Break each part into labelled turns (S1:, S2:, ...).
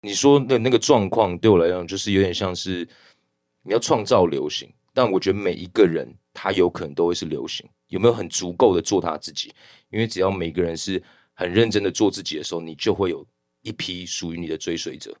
S1: 你说的那个状况对我来讲，就是有点像是你要创造流行，但我觉得每一个人他有可能都会是流行，有没有很足够的做他自己？因为只要每个人是很认真的做自己的时候，你就会有一批属于你的追随者。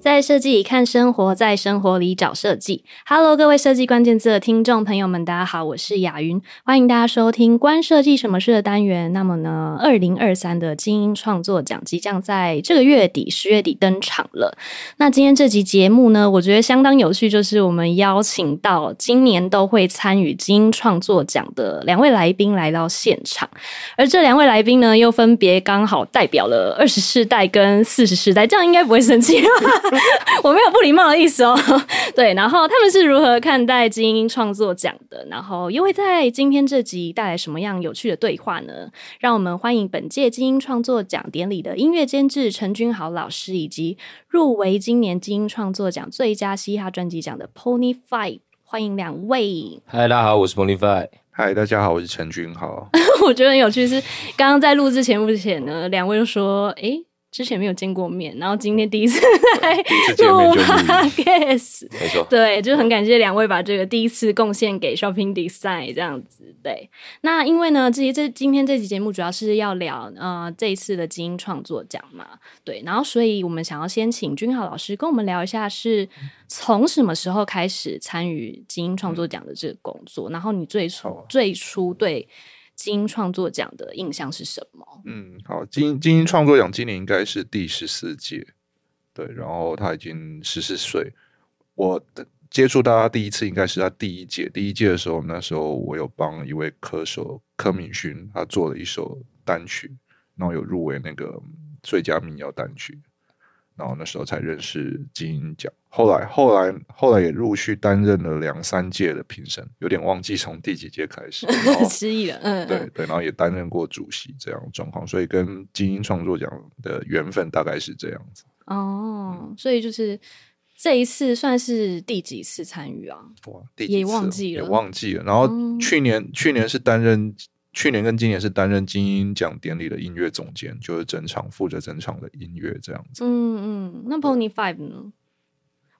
S2: 在设计里看生活，在生活里找设计。Hello，各位设计关键字的听众朋友们，大家好，我是雅云，欢迎大家收听“关设计什么事”的单元。那么呢，二零二三的精英创作奖即将在这个月底十月底登场了。那今天这集节目呢，我觉得相当有趣，就是我们邀请到今年都会参与精英创作奖的两位来宾来到现场，而这两位来宾呢，又分别刚好代表了二十世代跟四十世代，这样应该不会生气吧？ 我没有不礼貌的意思哦。对，然后他们是如何看待精英创作奖的？然后又会在今天这集带来什么样有趣的对话呢？让我们欢迎本届精英创作奖典礼的音乐监制陈君豪老师，以及入围今年精英创作奖最佳嘻哈专辑奖的 Pony Five。欢迎两位！
S1: 嗨，大家好，我是 Ponyfy。
S3: 嗨，大家好，我是陈君豪。
S2: 我觉得很有趣是，刚刚在录之前不前呢，两位就说：“诶，之前没有见过面，然后今天第一次来
S3: 次见面就录音
S2: podcast。”
S1: 没错，
S2: 啊对，就很感谢两位把这个第一次贡献给 Shopping Design 这样子。对，那因为呢，这这今天这期节目主要是要聊呃这一次的精英创作奖嘛，对，然后所以我们想要先请君浩老师跟我们聊一下，是从什么时候开始参与精英创作奖的这个工作？然后你最初、
S3: 嗯好啊
S2: 最初对精英创作奖的印象是什么？
S3: 嗯，好，金金鹰创作奖今年应该是第十四届，对，然后他已经十四岁。我的接触到他第一次应该是他第一届，第一届的时候，那时候我有帮一位歌手柯敏勋，他做了一首单曲，然后有入围那个最佳民谣单曲，然后那时候才认识金鹰奖。后来，后来，后来也陆续担任了两三届的评审，有点忘记从第几届开始。然 后
S2: 失忆了，嗯，
S3: 啊对
S2: 嗯
S3: 对，然后也担任过主席这样的状况，所以跟精英创作奖的缘分大概是这样子。
S2: 哦，所以就是这一次算是第几次参与啊？
S3: 哇，第
S2: 也
S3: 几次
S2: 忘
S3: 了
S2: 记
S3: 也
S2: 了
S3: 忘记了。然后
S2: 嗯
S3: 去年、去年是担任去年跟今年是担任精英奖典礼的音乐总监，就是整场负责整场的音乐这样子。
S2: 嗯嗯，那 Pony Five 呢？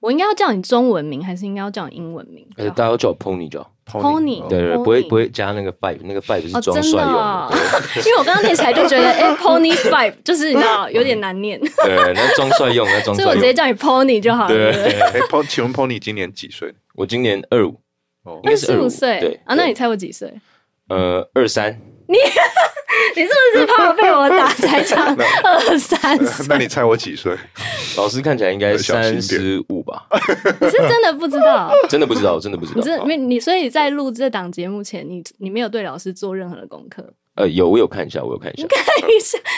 S2: 我应该要叫你中文名，还是应该要叫你英文名比
S1: 呃，
S2: 较
S1: 大家
S2: 好？
S1: 都叫我 Pony 就好。
S2: Pony，
S3: 哦
S1: 对对，对
S2: Pony
S1: 不会不会加那个 Five，那个 Five 是
S2: 哦，
S1: 哎装
S2: 真
S1: 帅
S2: 的
S1: 用
S2: 哦、
S1: 的。
S2: 因为我刚刚念起来就觉得，哎、p o n y Five 就是你知道有点难念，
S1: 对，对那装帅用，那装
S2: 所
S1: 帅
S2: 以我直接
S1: 用。
S2: 叫你 Pony 就好了。对不对
S1: 对，
S3: 哎，Pony，请问 Pony 今年几岁？
S1: 我今年二五，
S3: 哦
S1: 应，该是
S2: 十五
S1: 25
S2: 岁
S1: 对
S2: 啊？那
S1: 对
S2: 你猜我几岁？
S1: 呃，二三。
S2: 你是不是怕被我打才 讲 二三
S3: 那
S2: 岁？
S3: 你猜我几岁？
S1: 老师看起来应该
S3: 小心
S1: 三
S3: 一
S1: 十五吧？
S2: 你是真的不知道？
S1: 真的不知道，真的不知
S2: 你
S1: 道。啊
S2: 真的没你，所以在录这档节目前，你你没有对老师做任何的功课，
S1: 呃，有我有看一下，我有看一下。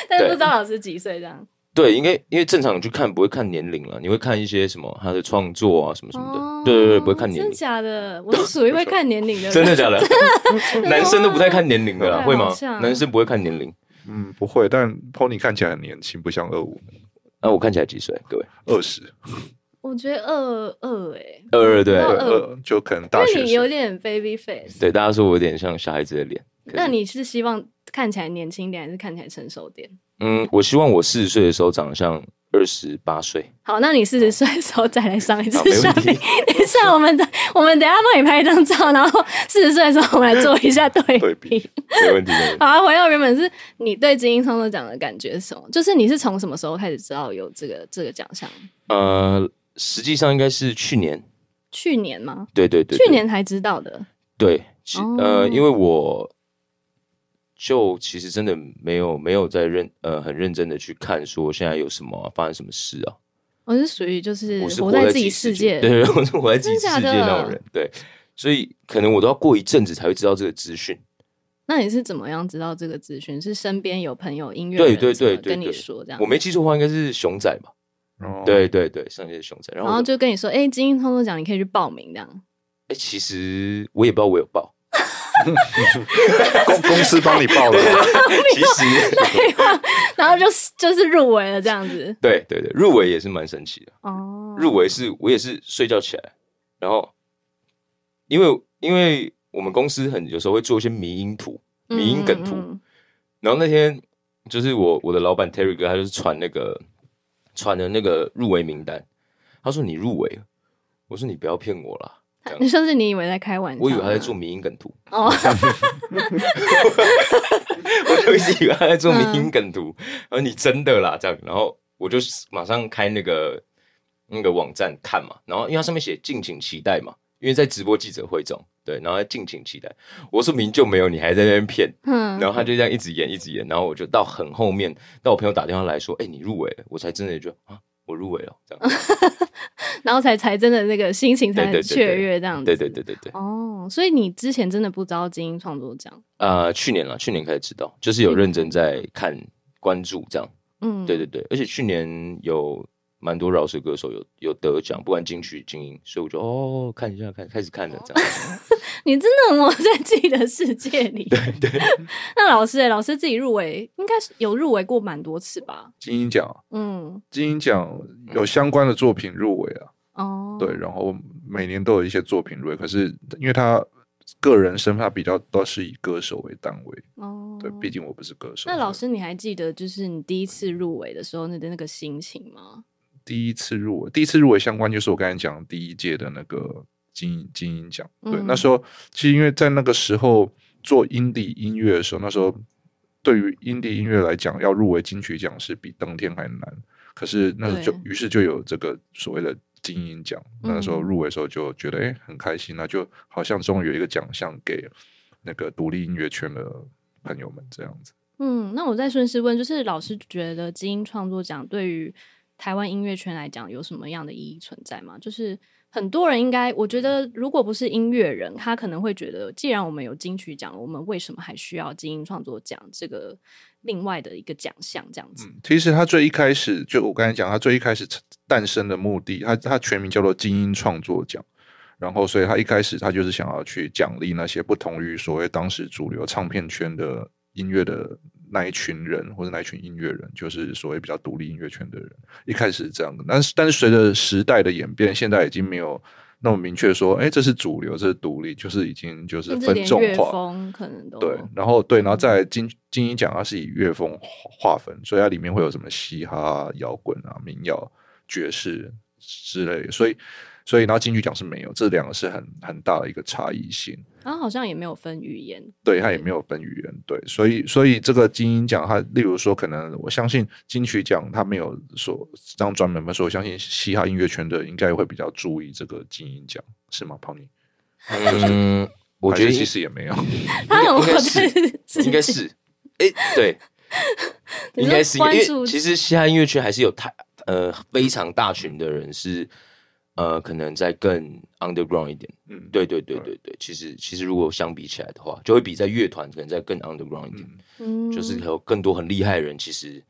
S2: 但是
S1: 对
S2: 不知道老师几岁这样。
S1: 对，应该因为正常去看不会看年龄了，你会看一些什么他的创作啊什么什么的。
S2: 哦
S1: 对对对，不会看年
S2: 真
S1: 龄
S2: 的。假的？我是属于会看年龄的人，
S1: 真的 假的？
S2: 的
S1: 男生都不太
S2: 吗
S1: 看年龄的啦，
S2: 太
S1: 会
S2: 好
S1: 吗
S2: 笑了？
S1: 男生不会看年龄。
S3: 嗯，不会，但 Pony 看起来很年轻，不像二五
S1: 那啊我看起来几岁？各位，
S3: 二十
S2: 我觉得二二哎，
S1: 二二对
S2: 到
S3: 二
S2: 22
S3: 二，就可能
S2: 因
S3: 大
S2: 为
S3: 学
S2: 你有
S3: 生。
S2: 点 baby face，
S1: 对，大家说我有点像小孩子的脸。可是
S2: 那你是希望看起来年轻点，还是看起来成熟点？
S1: 嗯，我希望我四十岁的时候长得像二十八 岁。
S2: 好，那你四十岁的时候再来上一次
S1: 好没问
S2: 上
S1: 题
S2: 映，等一下我们的我们等一下帮你拍一张照，然后四十岁的时候我们来做一下对
S3: 对比
S2: 比。
S1: 没问题，没问题。
S2: 好啊，回到原本是你对精英创作奖的呃感觉是什么？就是你是从什么时候开始知道有这个这个奖项？
S1: 呃，实际上应该是去年，
S2: 去年吗？
S1: 对对对，对
S2: 去年才知道的。
S1: 对，其
S2: 哦
S1: 呃，因为我就其实真的没有没有在认呃很认真的去看说现在有什么、啊、发生什么事啊，
S2: 我哦是属于就是
S1: 我是
S2: 活
S1: 活在
S2: 自己世界，
S1: 对，对，我是活在自己世界
S2: 真的假的
S1: 那种人，对，所以可能我都要过一阵子才会知道这个资讯。
S2: 那你是怎么样知道这个资讯？是身边有朋友音乐
S1: 对
S2: 人
S1: 对
S2: 什么
S1: 对对
S2: 跟你
S1: 对
S2: 说这样，
S1: 我没记错的话，应该是熊仔吧？
S3: 哦
S1: 对对对，上届熊仔。然
S2: 然
S1: 后我
S2: 后
S1: 就
S2: 就跟你说，哎、精英创作奖你可以去报名这样。
S1: 哎、其实我也不知道我有报，
S3: 公公司帮你报了。
S1: 其 实
S2: 然后就是就是入围了这样 子。
S1: 对对对，入围也是蛮神奇的。
S2: 哦，
S1: 入围是我也是睡觉起来，然后因为因为我们公司很有时候会做一些迷因图、迷因梗图，
S2: 嗯
S1: 然后那天就是我我的老板 Terry 哥，他就是传那个传的那个入围名单，他说你入围了，我说你不要骗我啦，这样
S2: 嗯你说是你以为在开玩笑吗？
S1: 我以为他在做迷因梗图，
S2: 哦，
S1: 我就一直以为他在做迷因梗图，然后你真的啦这样，然后我就马上开那个那个网站看嘛，然后因为它上面写敬请期待嘛，因为在直播记者会中，对，然后敬请期待，我说明就没有，你还在那边骗，
S2: 嗯
S1: 然后他就这样一直演一直演，然后我就到很后面，到我朋友打电话来说，哎、你入围了，我才真的就啊，我入围了，这样，
S2: 然后才才真的那个心情才
S1: 对对
S2: 很
S1: 对
S2: 雀
S1: 对
S2: 跃这样子。
S1: 对对对对对，
S2: 哦，所以你之前真的不知道精英创作奖？
S1: 呃，去年了，去年开始知道，就是有认真在看关注这样，
S2: 嗯，
S1: 对对对，而且去年有蛮多饶舌歌手有有得奖，不管金曲、金音，所以我就哦看一下看，开始看了这样，
S2: 哦你真的很活在自己的世界里。对 对。 那老师、欸，老师自己入围，应该是有入围过蛮多次吧？
S3: 金鹰奖，
S2: 嗯，
S3: 金鹰奖有相关的作品入围啊，
S2: 哦，
S3: 对，然后每年都有一些作品入围，可是因为他个人身份，他比较都是以歌手为单位，
S2: 哦，
S3: 对，毕竟我不是歌手。
S2: 那老
S3: 所
S2: 师，你还记得就是你第一次入围的时候，你的那个心情吗？
S3: 以第一次入围，第一次入围相关就是我刚才讲的第一届的那个金金鹰奖，对，
S2: 嗯
S3: 那时候其实因为在那个时候做 indie 音乐的时候，那时候对于 indie 音乐来讲，要入围金曲奖是比登天还难，可是那时候就
S2: 对
S3: 于是就有这个所谓的。金鹰奖，那
S2: 嗯
S3: 时候入围的时候就觉得哎、诶很开心那就好像终于有一个奖项给那个独立音乐圈的朋友们这样子。
S2: 嗯，那我再顺势问，就是老师觉得精英创作奖对于台湾音乐圈来讲有什么样的意义存在吗？就是很多人应该，我觉得如果不是音乐人，他可能会觉得，既然我们有金曲奖，我们为什么还需要精英创作奖这个另外的一个奖项？这样子，
S3: 嗯其实他最一开始，就我刚才讲，他最一开始诞生的目的，他他全名叫做精英创作奖。然后，所以他一开始他就是想要去奖励那些不同于所谓当时主流唱片圈的音乐的那一群人，或者那一群音乐人，就是所谓比较独立音乐圈的人。一开始是这样的，但是但是随着时代的演变，现在已经没有那么明确说，哎，这是主流，这是独立，就是已经就是
S2: 甚至
S3: 分
S2: 连
S3: 众
S2: 乐
S3: 化。
S2: 风可能都
S3: 对，然后对，然后
S2: 嗯
S3: 再来金金鹰奖，它是以乐风划分，所以它里面会有什么嘻哈、摇滚啊、民谣、爵士之类的，所以所以然后金曲奖是没有，这两个是很很大的一个差异性。
S2: 然后好像也没有分语言，
S3: 对，它也没有分语言，对，所以所以这个金鹰奖，它例如说，可能我相信金曲奖它没有说这样专门分，所以我相信嘻哈音乐圈的应该会比较注意这个金鹰奖，是吗，胖妮？
S1: 嗯，我
S3: 还
S1: 觉得
S3: 是其实也没有，
S2: 他很
S1: 应
S2: 活
S1: 该
S2: 在自己
S1: 应该是，哎、 对，
S2: 你
S1: 应
S2: 说
S1: 该是因
S2: 关
S1: 为因
S2: 注
S1: 为其实嘻哈音乐圈还是有太呃非常大群的人是呃可能在更 underground 一点，
S3: 嗯，
S1: 对对对对对，其实其实如果相比起来的话，就会比在乐团可能在更 underground 一点，
S3: 嗯
S2: 嗯
S1: 就是有更多很厉害的人，其实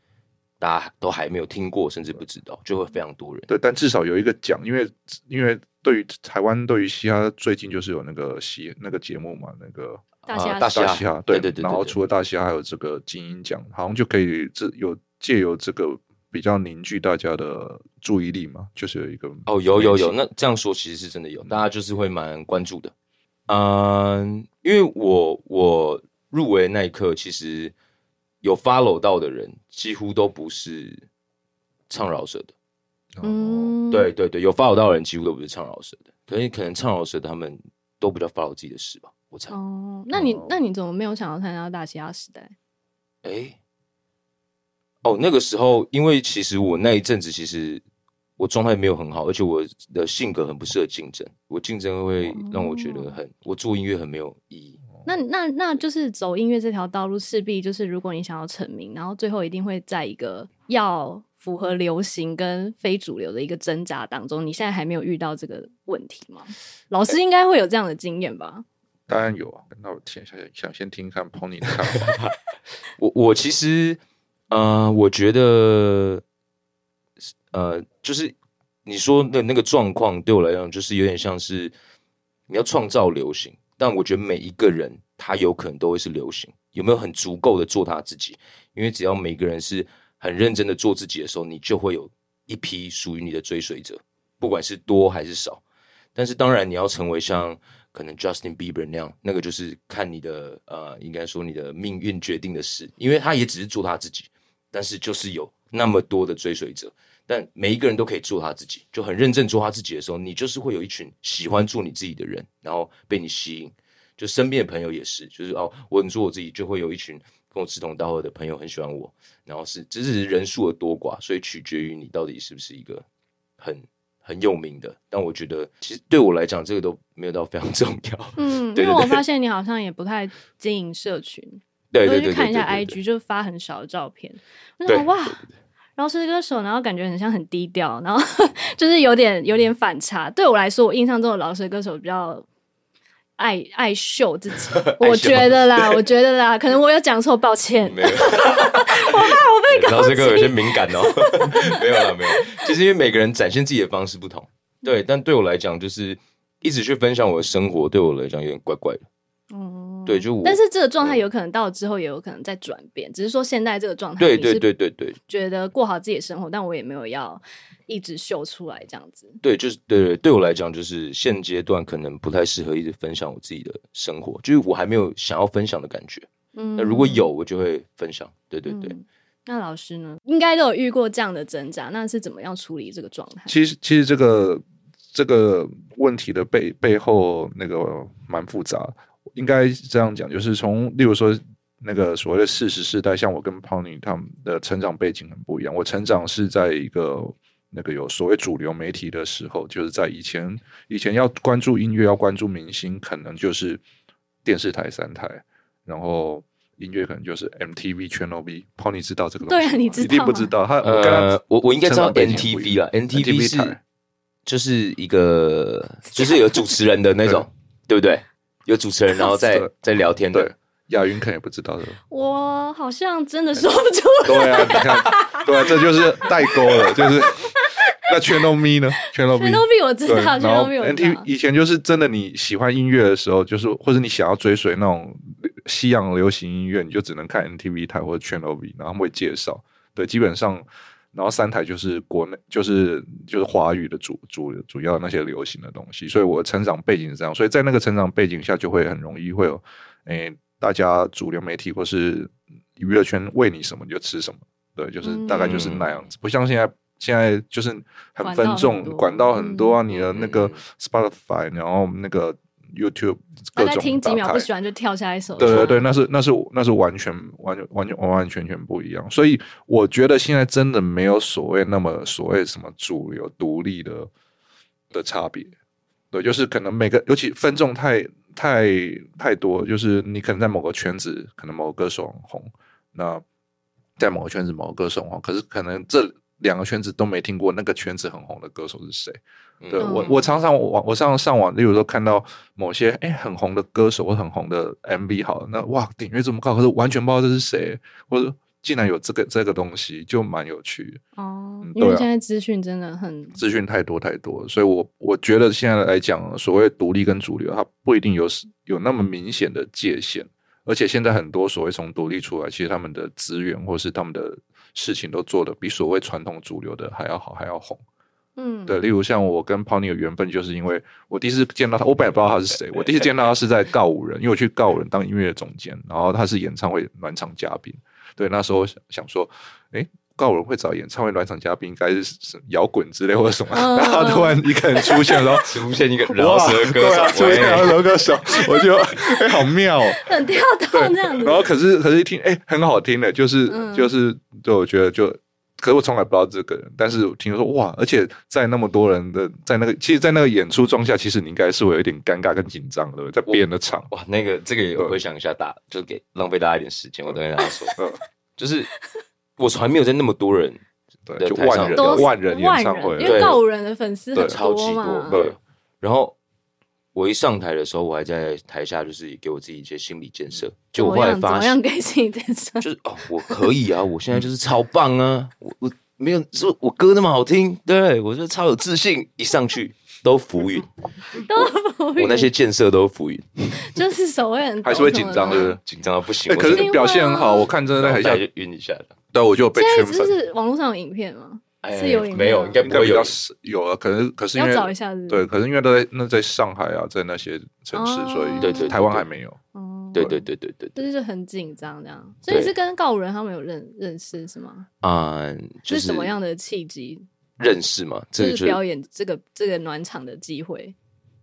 S1: 大家都还没有听过，甚至不知道，就会非常多人。
S3: 对，但至少有一个奖，因为因为对于台湾对于嘻哈最近就是有那个嘻那个节目嘛，那个
S2: 大
S1: 啊
S2: 虾
S1: 大
S2: 是
S1: 虾
S3: 大
S1: 嘻
S3: 嘻哈，
S1: 对对对对
S3: 然后
S1: 对
S3: 除了大嘻哈，还有这个金鹰奖，好像就可以这有借由这个比较凝聚大家的注意力嘛，就是有一个
S1: 哦，有有有，
S3: 联系，
S1: 那这样说其实是真的有，大家就是会蛮关注的。嗯，因为我我入围那一刻，其实有 follow 到的人几乎都不是唱饶舌的。
S3: 哦
S2: 嗯，
S1: 对对对，有 follow 到的人几乎都不是唱饶舌的，可能可能唱饶舌的他们都比较 follow 自己的事吧，我猜。
S2: 哦，那你
S1: 嗯
S3: 哦
S2: 那你怎么没有想要参加大嘻哈时代？
S1: 哎、哦，那个时候，因为其实我那一阵子其实我状态没有很好，而且我的性格很不适合竞争，我竞争会让我觉得很，我做音乐很没有意义。
S2: 那那那就是走音乐这条道路，势必就是如果你想要成名，然后最后一定会在一个要符合流行跟非主流的一个挣扎当中。你现在还没有遇到这个问题吗？老
S1: 哎
S2: 师应该会有这样的经验吧？
S3: 当然有啊。那我先想想先听看 Pony 的看法，
S1: 我我其实，呃，我觉得，呃，就是你说的那个状况，对我来讲，就是有点像是你要创造流行，但我觉得每一个人他有可能都会是流行，有没有很足够的做他自己？因为只要每个人是很认真的做自己的时候，你就会有一批属于你的追随者，不管是多还是少。但是当然你要成为像可能 Justin Bieber 那样，那个就是看你的呃，应该说你的命运决定的事，因为他也只是做他自己，但是就是有那么多的追随者。但每一个人都可以做他自己，就很认真做他自己的时候，你就是会有一群喜欢做你自己的人，然后被你吸引。就身边的朋友也是，就是哦，我很做我自己，就会有一群跟我志同道合的朋友很喜欢我。然后是，这只是人数的多寡，所以取决于你到底是不是一个很很有名的。但我觉得，其实对我来讲，这个都没有到非常重要。
S2: 嗯，
S1: 对对
S2: 因为我
S1: 对
S2: 发现你好像也不太经营社群，
S1: 对
S2: 我
S1: 对
S2: 就
S1: 对对
S2: 去看一下
S1: 对对对
S2: IG，就发很少的照片，我
S1: 对
S2: 想哇。然后是歌手，然后感觉很像很低调，然后 就是有点有点反差。对我来说，我印象中的老舌歌手比较爱爱秀自己，
S1: 爱秀
S2: 我觉得啦，我觉得啦，可能我有讲错，抱歉。
S1: 没有，我怕我被老师哥有些敏感哦， 没有了，没有。其实因为每个人展现自己的方式不同，对，但对我来讲，就是一直去分享我的生活，对我来讲有点怪怪的。
S2: 哦
S1: 对，就我，
S2: 但是这个状态
S1: 对
S2: 有可能到之后也有可能在转变，只是说现在这个状态，
S1: 对对对对对
S2: 觉得过好自己的生活，但我也没有要一直秀出来这样子。
S1: 对，就是对对，对我来讲，就是现阶段可能不太适合一直分享我自己的生活，就是我还没有想要分享的感觉。
S2: 嗯
S1: 那如果有，我就会分享。对对对，
S2: 嗯那老师呢，应该都有遇过这样的挣扎，那是怎么样处理这个状态？
S3: 其实其实这个这个问题的背背后那个蛮复杂，应该这样讲，就是从例如说那个所谓的四十世代，像我跟 Pony 他们的成长背景很不一样，我成长是在一个。那个有所谓主流媒体的时候，就是在以前，以前要关注音乐，要关注明星，可能就是电视台三台，然后音乐可能就是 MTV Channel V。Pony 知道这个东
S2: 对
S3: 西
S2: 啊
S3: 吗
S2: 你知
S3: 一定
S2: 道
S3: 不
S2: 吗
S3: 知道。他 我跟他
S1: 呃，我我应该知道
S3: 成长背景不一
S1: NTV
S3: 样
S1: 了，NTV
S3: 台
S1: 是就是一个就是有主持人的那 种，对不对？有主持人，然后再
S3: 对
S1: 再聊天
S3: 对
S1: 的，，
S3: 亚云可能也不知道的。
S2: 我好像真的说不出来。
S3: 对啊，你看，对啊，这就是代沟了，就是那 Channel Me 呢？Channel Me。
S2: Shinobi 我知
S3: 对，
S2: 道
S3: 然后
S2: ，Shinobi 我知
S3: NTV
S2: 道，
S3: 以前就是真的，你喜欢音乐的时候，就是或者你想要追随那种西洋流行音乐，你就只能看 NTV 台或者 Channel V，然后他们会介绍。对，基本上，然后三台就是国内，就是就是华语的主主主要那些流行的东西。所以我成长背景是这样，所以在那个成长背景下，就会很容易会有，诶、大家主流媒体或是娱乐圈喂你什么你就吃什么。对，就是大概就是
S1: 嗯
S3: 那样子，不像现在。现在就是很
S2: 管
S3: 分
S2: 道很
S3: 众，
S2: 多
S3: 管道很多啊，
S2: 嗯
S3: 你的那
S1: 嗯
S3: 个
S1: 嗯
S3: Spotify，然后那个 YouTube
S2: 大
S3: 各
S2: 概
S3: 种
S2: 哦听几秒
S3: 打开
S2: 不喜欢就跳下一首。
S3: 对对对，，那是那是那是完全完全完全完完全全不一样。所以我觉得现在真的没有所谓那么所谓什么主流独立的的差别。对，就是可能每个，尤其分众太太太多，就是你可能在某个圈子，可能某个歌手很红，那在某个圈子某个歌手很红，可是可能这两个圈子都没听过那个圈子很红的歌手是谁。对
S1: 嗯
S3: 我，我常常我我上上网，例如说看到某些哎很红的歌手或很红的 MV，好了，那哇点阅这么高，可是完全不知道这是谁，或者竟然有这个这个东西，就蛮有趣。
S2: 哦
S3: 嗯，
S2: 因为
S3: 对啊
S2: 现在资讯真的很
S3: 资讯太多太多了，所以我我觉得现在来讲，所谓独立跟主流，它不一定有有那么明显的界限。而且现在很多所谓从独立出来，其实他们的资源或是他们的事情都做得比所谓传统主流的还要好，还要红。
S2: 嗯，
S3: 对，例如像我跟 Pony 的缘分，就是因为我第一次见到他，我本来不知道他是谁，我第一次见到他是在告五人，因为我去告五人当音乐总监，然后他是演唱会暖场嘉宾。对，那时候想想说，诶，告五人会找演唱会暖场嘉宾，应该是是摇滚之类或者什么，
S2: 嗯
S3: 然后突然一个人出现，然后
S1: 出现一个饶
S3: 哇
S1: 舌歌
S3: 对啊
S1: 手，
S3: 出现饶
S1: 喂
S3: 舌歌手，我就诶，好妙、哦。
S2: 很跳动这 样子
S3: 然。后可是可是一听，哎、很好听的，就是、
S2: 嗯
S3: 就是，对，我觉得就，可是我从来不知道这个人，但是我听说哇，而且在那么多人的在那个，其实，在那个演出装下，其实你应该是会有一点尴尬跟紧张的，对不对在别人的场，
S1: 哇，那个这个也回想一下大，就给浪费大家一点时间，我再跟大家说，
S3: 嗯，
S1: 就是我从来没有在那么多人在
S3: 对，就
S1: 台上
S3: 万人
S1: 都是
S3: 万人演唱会
S2: 因，为
S1: 对
S2: 告五人的粉丝很哎
S3: 对
S1: 超级
S2: 嘛，
S1: 对，然后我一上台的时候，我还在台下就是给我自己一些心理建设，就我
S2: 怎
S1: 后来
S2: 么样嗯怎
S1: 发
S2: 么
S1: 现
S2: 样，给自己建设？
S1: 就是哦，我可以啊，我现在就是超棒啊，我我没有说我歌那么好听，对我就超有自信，一上去都浮 云，
S2: 都不
S1: 我那些建设都浮云，
S2: 就是手会很抖
S3: 还是会紧张，
S2: 什么
S3: 对
S2: 的
S3: 不对？
S1: 紧张到不行。
S3: 哎、
S1: 我
S3: 可是
S1: 真
S3: 你
S1: 的
S2: 啊
S3: 表现很好，我看真的在台
S1: 脑
S3: 下
S1: 袋，就晕一下了。
S3: 对，我就被
S2: 现在
S3: 圈
S2: 就
S3: 粉。
S2: 是网络上有影片吗？
S1: 哎
S2: 是有影片
S1: 没有？
S2: 吗
S1: 应该
S3: 应
S1: 不
S3: 该
S1: 会
S3: 比
S1: 有
S3: 较。少有啊，可是可是因
S2: 要
S3: 为
S2: 找一下是不是
S3: 对，可是因为都在那在上海啊，在那些城市，
S2: 哦
S3: 所以
S2: 对对对
S3: 台湾
S1: 对
S3: 还没有。
S2: 哦，
S1: 对对对对对对
S2: 这就是很紧张这样。所以
S1: 对
S2: 你是跟告五人他们有认认识是吗？
S1: 啊、就是
S2: 什么样的契机？
S1: 认识嘛？这个
S2: 就
S1: 就是
S2: 表演这个这个暖场的机会。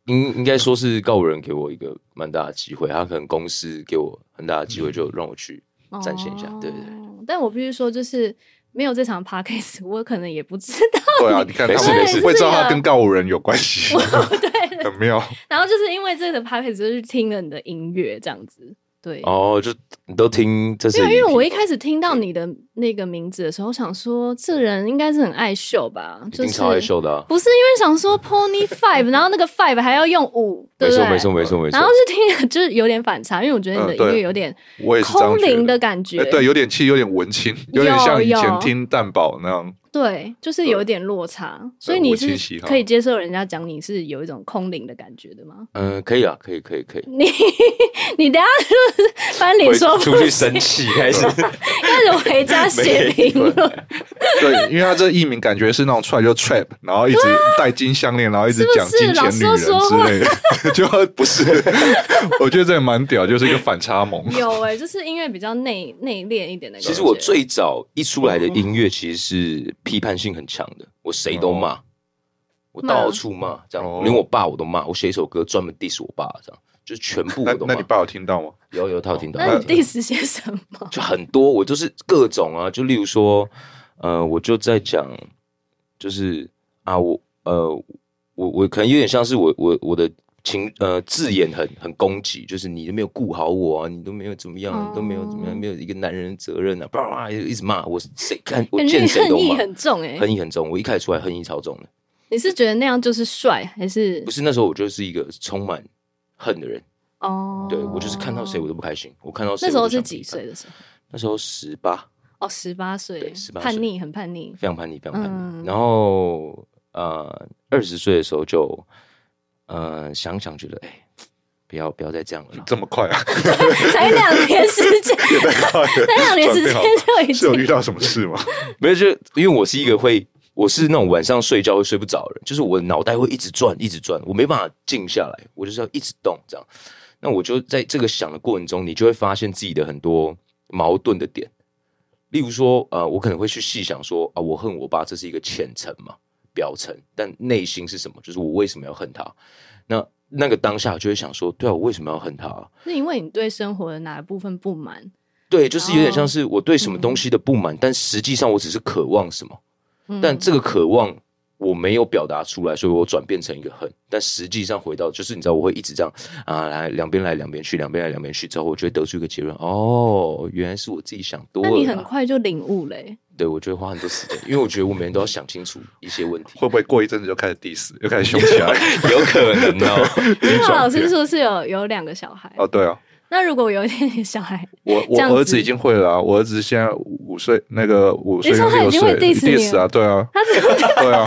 S1: 应应该说是告五人给我一个蛮大的机会，他可能公司给我很大的机会，
S2: 嗯
S1: 就让我去展现一下。对对对，
S2: 哦但我必须说，就是没有这场 podcast，我 可能也不知道。
S3: 对啊，你看
S1: 没
S3: 他
S1: 事
S3: 们
S1: 没事
S3: 会知道
S2: 这
S3: 他
S2: 个
S3: 跟告五人有关系，
S2: 对，
S3: 很妙。
S2: 然后就是因为这个 podcast，就是听了你的音乐这样子。对，
S1: 哦，就你都听这是
S2: 因为因为
S1: 影片
S2: 我一开始听到你的那个名字的时候，我想说这人应该是很爱秀吧，
S1: 一
S2: 就
S1: 定
S2: 是
S1: 超爱秀的、啊，
S2: 不是因为想说 Pony Five，然后那个 Five 还要用五，对
S1: 没
S2: 不
S1: 错
S2: 对？
S1: 没错没错没错
S2: 然后。就听了就是有点反差，因为我觉得你的音
S3: 嗯
S2: 乐
S3: 对
S2: 有点
S3: 我也是这样
S2: 空
S3: 觉
S2: 灵
S3: 得
S2: 的感觉，
S3: 哎对，有点气，有点文青，有点像以前听蛋堡那样。
S2: 对就是有点落差，所以
S1: 嗯
S2: 你
S3: 我清
S2: 是
S3: 晰哈
S2: 可以接受人家讲你是有一种空灵的感觉的吗？
S1: 嗯，可以啊，可以可以可以。
S2: 你你等一下 就是翻脸
S1: 回
S2: 说
S1: 出去生气开 始，
S2: 开始回家写评论，
S3: 对，因为他这艺名感觉是那种出来就 trap，然后一直戴金项链，然后一直
S2: 啊是不
S3: 讲
S2: 是
S3: 金钱女
S2: 老
S3: 人
S2: 师都说
S3: 之
S2: 话
S3: 类的， 就 不是。我觉得这也蛮屌，就是一个反差萌。
S2: 有哎、就是音乐比较内内敛一点的感觉。
S1: 其实我最早一出来的
S2: 嗯
S1: 音乐其实是批判性很强的，我谁
S2: 哦
S1: 都骂，我到处骂，这
S3: 哦
S1: 样连我爸我都骂。我写一首歌专门 diss 我爸，这样就是全部
S3: 那
S1: 我都
S3: 那
S1: 骂
S3: 你。爸有听到吗？
S1: 有有，他有听到。
S2: 那
S1: 他有
S2: 你
S1: 听到
S2: diss 些什么？
S1: 就很多，我就是各种啊，就例如说，呃，我就在讲，就是啊，我呃，我我可能有点像是我我我的情呃字眼很很攻击，就是你都没有顾好我啊，你都没有怎么样，
S2: 哦
S1: 你都没有怎么样，没有一个男人的责任啊，叭叭一直骂我，谁看我
S2: 感觉
S1: 见
S2: 你
S1: 谁都
S2: 恨意
S1: 骂，
S2: 很重哎、
S1: 恨意很重，我一开始出来恨意超重的，
S2: 你是觉得那样就是帅，还是
S1: 不是那时候我就是一个充满恨的人，
S2: 哦？
S1: 对我就是看到谁我都不开心，我看到谁
S2: 那时
S1: 我
S2: 候
S1: 就是想
S2: 几
S1: 批判
S2: 岁？的时候？
S1: 那时候十八。
S2: 哦，十八岁
S1: 对，18岁
S2: 叛逆，很叛逆。
S1: 非常叛逆，非常叛逆。
S2: 嗯
S1: 然后呃，二十岁的时候就呃想想觉得，哎、不要不要再这样了啦。
S3: 这么 快啊？
S2: 才两年时间，
S3: 也太快了！
S2: 才两年时间就已
S3: 是有遇
S2: 经
S3: 到什么 事吗？
S1: 没有，就因为我是一个会，我是那种晚上睡觉会睡不着的人，就是我脑袋会一直转，一直转，我没办法静下来，我就是要一直动这样。那我就在这个想的过程中，你就会发现自己的很多矛盾的点，例如说，呃，我可能会去细想说，啊，我恨我爸，这是一个浅层嘛，表层，但内心是什么？就是我为什么要恨他？那那个当下就会想说，对啊，我为什么要恨他、
S2: 是因为你对生活的哪部分不满？
S1: 对，就是有点
S2: 哦
S1: 像是我对什么东西的不满，但实际上我只是渴望什么。
S2: 嗯
S1: 但这个渴望我没有表达出来，所以我转变成一个恨。但实际上回到就是你知道，我会一直这样啊，来两边来两边去，两边来两边去之后，我就会得出一个结论：哦，原来是我自己想多
S2: 那
S1: 了啦。
S2: 你很快就领悟嘞、
S1: 对我就会花很多时间，因为我觉得我每天都要想清楚一些问题，
S3: 会不会过一阵子就开始 diss，又开始凶起来？
S1: 有可能哦。
S2: 因为
S3: 转
S2: 老师
S3: 变
S2: 是不是有有两个小孩？
S3: 哦，对啊，
S2: 那如果有一天你的小孩，
S3: 我
S2: 这
S3: 我
S2: 样子
S3: 儿子已经会了啊，我儿子现在五岁，那个五岁
S2: 你说
S3: 跟
S2: 他已
S3: 六
S2: 经
S3: 岁
S2: 会 diss 你了
S3: 啊，对啊，
S2: 他怎么
S3: 对啊，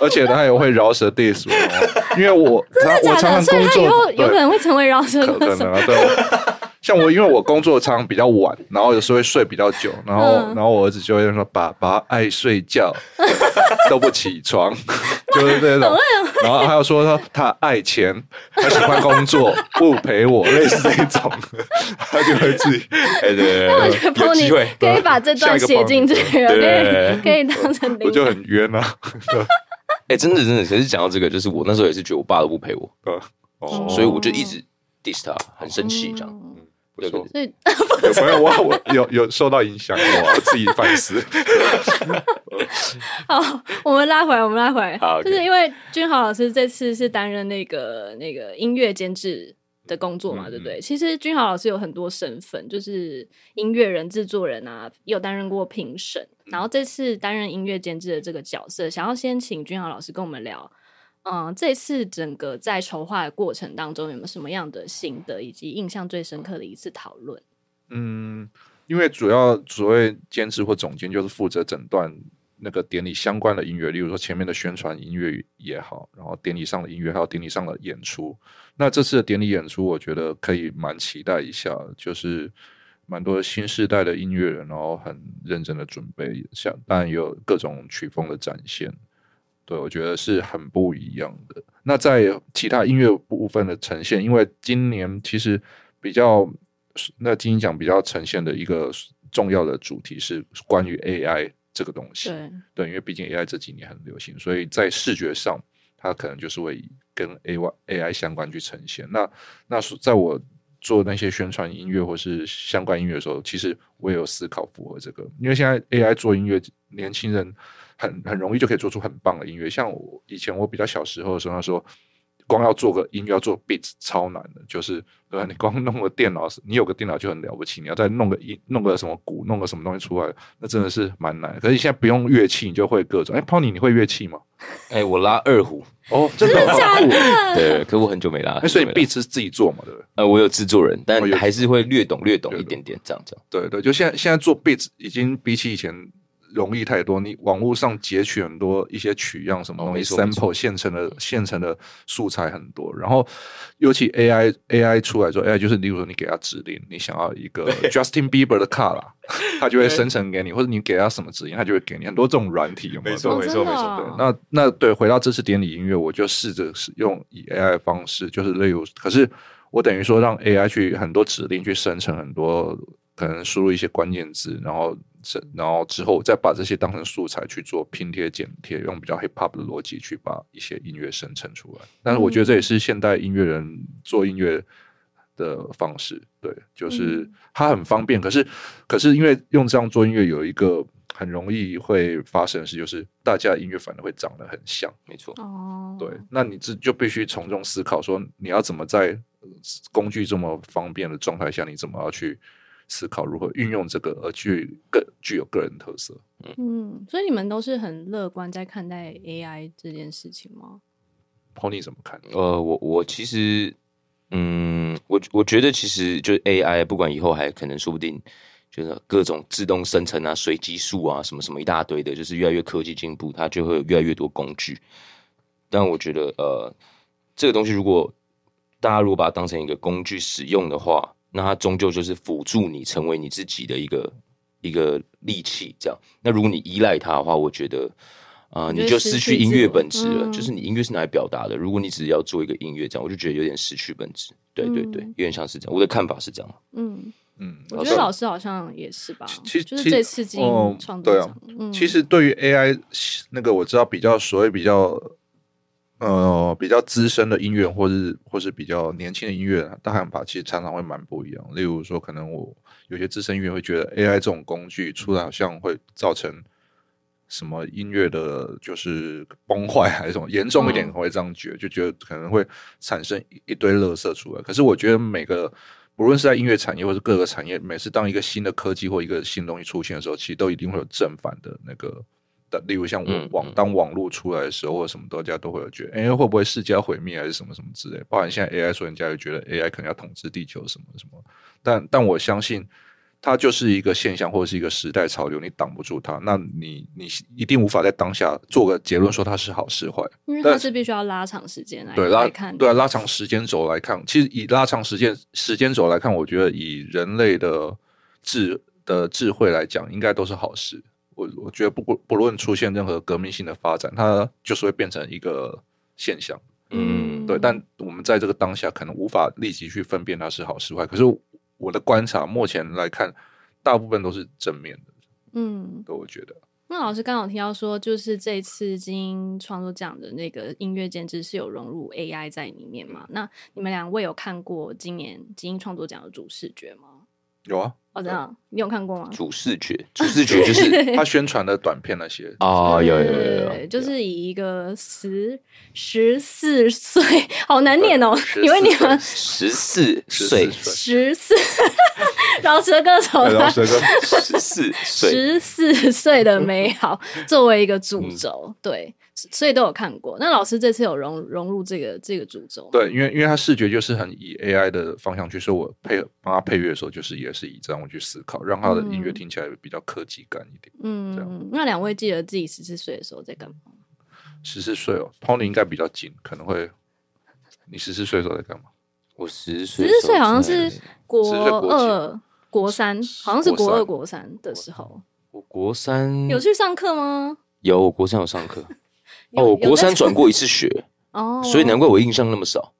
S3: 而且他也会饶舌 diss 我哦，因为我他
S2: 真
S3: 我
S2: 的假
S3: 常
S2: 的？
S3: 常
S2: 所以
S3: 工
S2: 他以后
S3: 作
S2: 有可
S3: 对
S2: 能会成为饶舌
S3: 可
S2: 歌
S3: 可
S2: 手
S3: 能。啊，对啊。像我，因为我工作常常比较晚，然后有时候会睡比较久，然后、
S2: 嗯
S3: 然后我儿子就会说：“爸爸爱睡觉， 都不起床。” 就是这种。然后还有说他他爱钱，他喜欢工作，不陪我，类似这种， 他就会自己
S1: 哎，对对
S2: 那我
S1: 对
S2: 觉得
S1: 对，有机会嗯
S2: Pony 可以把这段写进去，
S1: 对
S2: 可以可以当成
S3: 我
S2: 灵
S3: 就
S2: 感。
S3: 很冤啊。
S1: 哎，真的真的，可是讲到这个，就是我那时候也是觉得我爸都不陪我，
S3: 对哦，
S1: 所以我就一直 diss 他，很生气这样。
S2: 嗯
S3: 不错
S2: 所以
S3: 有朋友我我有有受到影响，我自己反思。
S2: 好，我们拉回来，我们拉回来
S1: 好，，OK
S2: 就是因为君豪老师这次是担任那个那个音乐监制的工作嘛，
S3: 嗯
S2: 对不对？其实君豪老师有很多身份，就是音乐人、制作人啊，也有担任过评审，
S3: 嗯
S2: 然后这次担任音乐监制的这个角色，想要先请君豪老师跟我们聊。嗯，这次整个在筹划的过程当中，有没有什么样的心得，以及印象最深刻的一次讨论？
S3: 嗯，因为主要所谓监制或总监就是负责整段那个典礼相关的音乐，例如说前面的宣传音乐也好，然后典礼上的音乐还有典礼上的演出。那这次的典礼演出，我觉得可以蛮期待一下，就是蛮多新时代的音乐人，然后很认真的准备，像当然也有各种曲风的展现。对，我觉得是很不一样的。那在其他音乐部分的呈现，因为今年其实比较那金鹰奖比较呈现的一个重要的主题是关于 AI 这个东西。
S2: 对，
S3: 对，因为毕竟 AI 这几年很流行，所以在视觉上，它可能就是会以跟 AI AI 相关去呈现。那那是在我做那些宣传音乐或是相关音乐的时候，其实我也有思考符合这个，因为现在 AI 做音乐，年轻人很很容易就可以做出很棒的音乐。像我以前我比较小时候的时候，那时候光要做个音乐要做 beat 超难的，就是对吧？你光弄个电脑，你有个电脑就很了不起，你要再弄个音，弄个什么鼓，弄个什么东西出来，那真的是蛮难。可是你现在不用乐器，你就会各种。哎 p o n y 你会乐器吗？
S1: 哎，我拉二胡，
S3: 哦，真的假
S1: 对，可我很久没拉，
S3: 哎，所以
S1: 很久没拉
S3: beat 是自己做嘛，对不对？
S1: 呃，我有制作人，但
S3: 哦有
S1: 还是会略懂略懂
S3: 略
S1: 一
S3: 懂
S1: 点点，这样这样。
S3: 对对，就现在现在做 beats 已经比起以前容易太多。你网络上截取很多一些取样什么
S1: 哦
S3: 东
S1: 没
S3: 西、
S1: 错
S3: s a
S1: 没
S3: m p l e 现成的现成的素材很多，然后尤其 AI AI 出来之后，AI 就是例如说你给它指令，你想要一个 Justin Bieber 的卡啦，它就会生成给你，或者你给它什么指令，它就会给你很多这种软体，有没有？
S2: 错没错没错
S3: 对，那那对，回到这次典礼音乐，我就试着是用以 AI 的方式，就是例如，可是我等于说让 AI 去很多指令去生成很多，可能输入一些关键字，然后是然后之后再把这些当成素材去做拼贴剪贴，用比较 hip hop 的逻辑去把一些音乐生成出来。但是我觉得这也是现代音乐人做音乐的方式，对，就是
S2: 嗯
S3: 它很方便。可是可是因为用这样做音乐有一个。很容易会发生的事，就是大家音乐反而会长得很像。
S1: 没错，
S2: 哦，
S3: 对，那你这就必须从中思考，说你要怎么在呃工具这么方便的状态下，你怎么要去思考如何运用这个，而去更具有个人特色。
S2: 嗯，所以你们都是很乐观在看待 AI 这件事情吗？
S3: Pony 怎么看？
S2: 哦
S1: 呃，我我其实，嗯，我我觉得其实就是 AI，不管以后还可能说不定就是各种自动生成啊、随机数啊、什么什么一大堆的，就是越来越科技进步，它就会有越来越多工具。但我觉得，呃，这个东西如果大家如果把它当成一个工具使用的话，那它终究就是辅助你成为你自己的一个一个利器。这样，那如果你依赖它的话，我觉得，啊、
S2: 你
S1: 你
S2: 就
S1: 就
S2: 失
S1: 失
S2: 去
S1: 去
S2: 自
S1: 音乐
S2: 我
S1: 本质了，
S2: 嗯
S1: 就是你音乐是拿来表达的。如果你只是要做一个音乐这样，我就觉得有点失去本质。对对对，
S2: 嗯
S1: 有点像是这样。我的看法是这样。啊
S2: 嗯，
S3: 嗯，
S2: 我觉得老师好像也是吧，
S3: 其实
S2: 就是
S3: 其实
S2: 这次金
S3: 哦
S2: 创作
S3: 对啊
S2: 奖，嗯，
S3: 其实对于 AI 那个，我知道比较所谓比较呃比较资深的音乐人，或是或是比较年轻的音乐人，大汉吧，其实常常会蛮不一样。例如说，可能我有些资深音乐人会觉得 AI 这种工具出来好像会造成。什么音乐的，就是崩坏还是什么严重一点，
S1: 嗯
S3: 可能会这样觉得，就觉得可能会产生一一堆垃圾出来。可是我觉得每个不论是在音乐产业或是各个产业，每次当一个新的科技或一个新东西出现的时候，其实都一定会有正反的那个。的例如像
S1: 嗯
S3: 网网
S1: 嗯
S3: 当网络出来的时候，或者什么，大家都会有觉得，哎、会不会世界要毁灭还是什么什么之类。包含现在 AI 说，人家也觉得 AI 可能要统治地球什么什么。但但我相信，它就是一个现象或者是一个时代潮流，你挡不住它。那你你一定无法在当下做个结论说它是好是坏。
S2: 因为
S3: 但
S2: 它是必须要拉长时间来
S3: 对拉
S2: 来看，
S3: 对啊，拉长时间轴来看，其实以拉长时间时间轴来看，我觉得以人类的智的智慧来讲，应该都是好事。我我觉得不过不论出现任何革命性的发展，它就是会变成一个现象。
S1: 嗯，
S3: 对，但我们在这个当下可能无法立即去分辨它是好是坏。可是我的观察，目前来看，大部分都是正面的。
S2: 嗯。
S3: 对，我觉得
S2: 那老师刚好提到说，就是这次金鹰创作奖的那个音乐监制是有融入 AI 在里面嘛？那你们两位有看过今年金鹰创作奖的主视觉吗？
S3: 有啊，
S2: 哦，这样你有看过吗？
S1: 主视觉，主视觉就是
S3: 他宣传的短片那 些，
S1: 啊、有有有有有，
S2: 对，就是以一个十十四岁， 好难念哦，
S3: 对
S2: 因为你们
S1: 十四岁
S3: 岁，
S2: 十四， 饶舌歌手
S3: 然后
S2: 的
S3: 蛇哥
S1: 十四岁，
S2: 十四岁的美 好作为一个主轴，
S1: 嗯
S2: 对，所以都有看过。那老师这次有融融入这个这个主轴，，
S3: 对，因为因为它视觉就是很以 AI 的方向去，所以我配合帮他配乐的时候，就是也是以这样我去思考，让他的音乐
S2: 嗯
S3: 听起来比较科技感一点。这
S2: 嗯，那两位记得自己十四岁的时候在干嘛？
S3: 十四岁哦，Pony 应该比较紧，可能会。你十四岁的时候在干嘛？
S1: 我十
S2: 十
S1: 岁，
S2: 四岁好像是
S3: 14岁
S2: 国
S3: 国
S2: 二，国三，好像是
S3: 国
S2: 国二、
S3: 三
S2: 国三的时候，
S1: 我国三
S2: 有去上课吗？
S1: 有，我国三有上课。哦，
S2: 有
S1: 我国三转，
S2: 有
S1: 过一次学，
S2: 在哦，
S1: 所以难怪我印象那么少。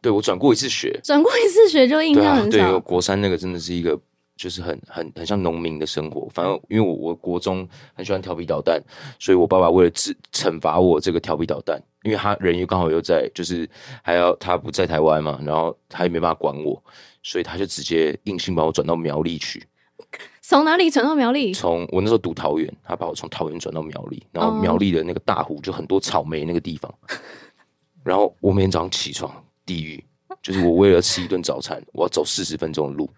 S1: 对我转过一次学，
S2: 转过一次学就印
S1: 对
S2: 象
S1: 啊，
S2: 很
S1: 对，我
S2: 少。
S1: 国三那个真的是一个，就是很很很像农民的生活。反正因为我我国中很喜欢调皮捣蛋，所以我爸爸为了治惩罚我这个调皮捣蛋，因为他人又刚好又在，就是还要他不在台湾嘛，然后他也没办法管我，所以他就直接硬性把我转到苗栗去。
S2: 从哪里转到苗栗？
S1: 从我那时候读桃园，他把我从桃园转到苗栗，然后
S2: 哦
S1: 苗栗的那个大湖就很多草莓那个地方， 然后我每天早上起床地狱，就是我为了吃一顿早餐，我要走四十分钟的路，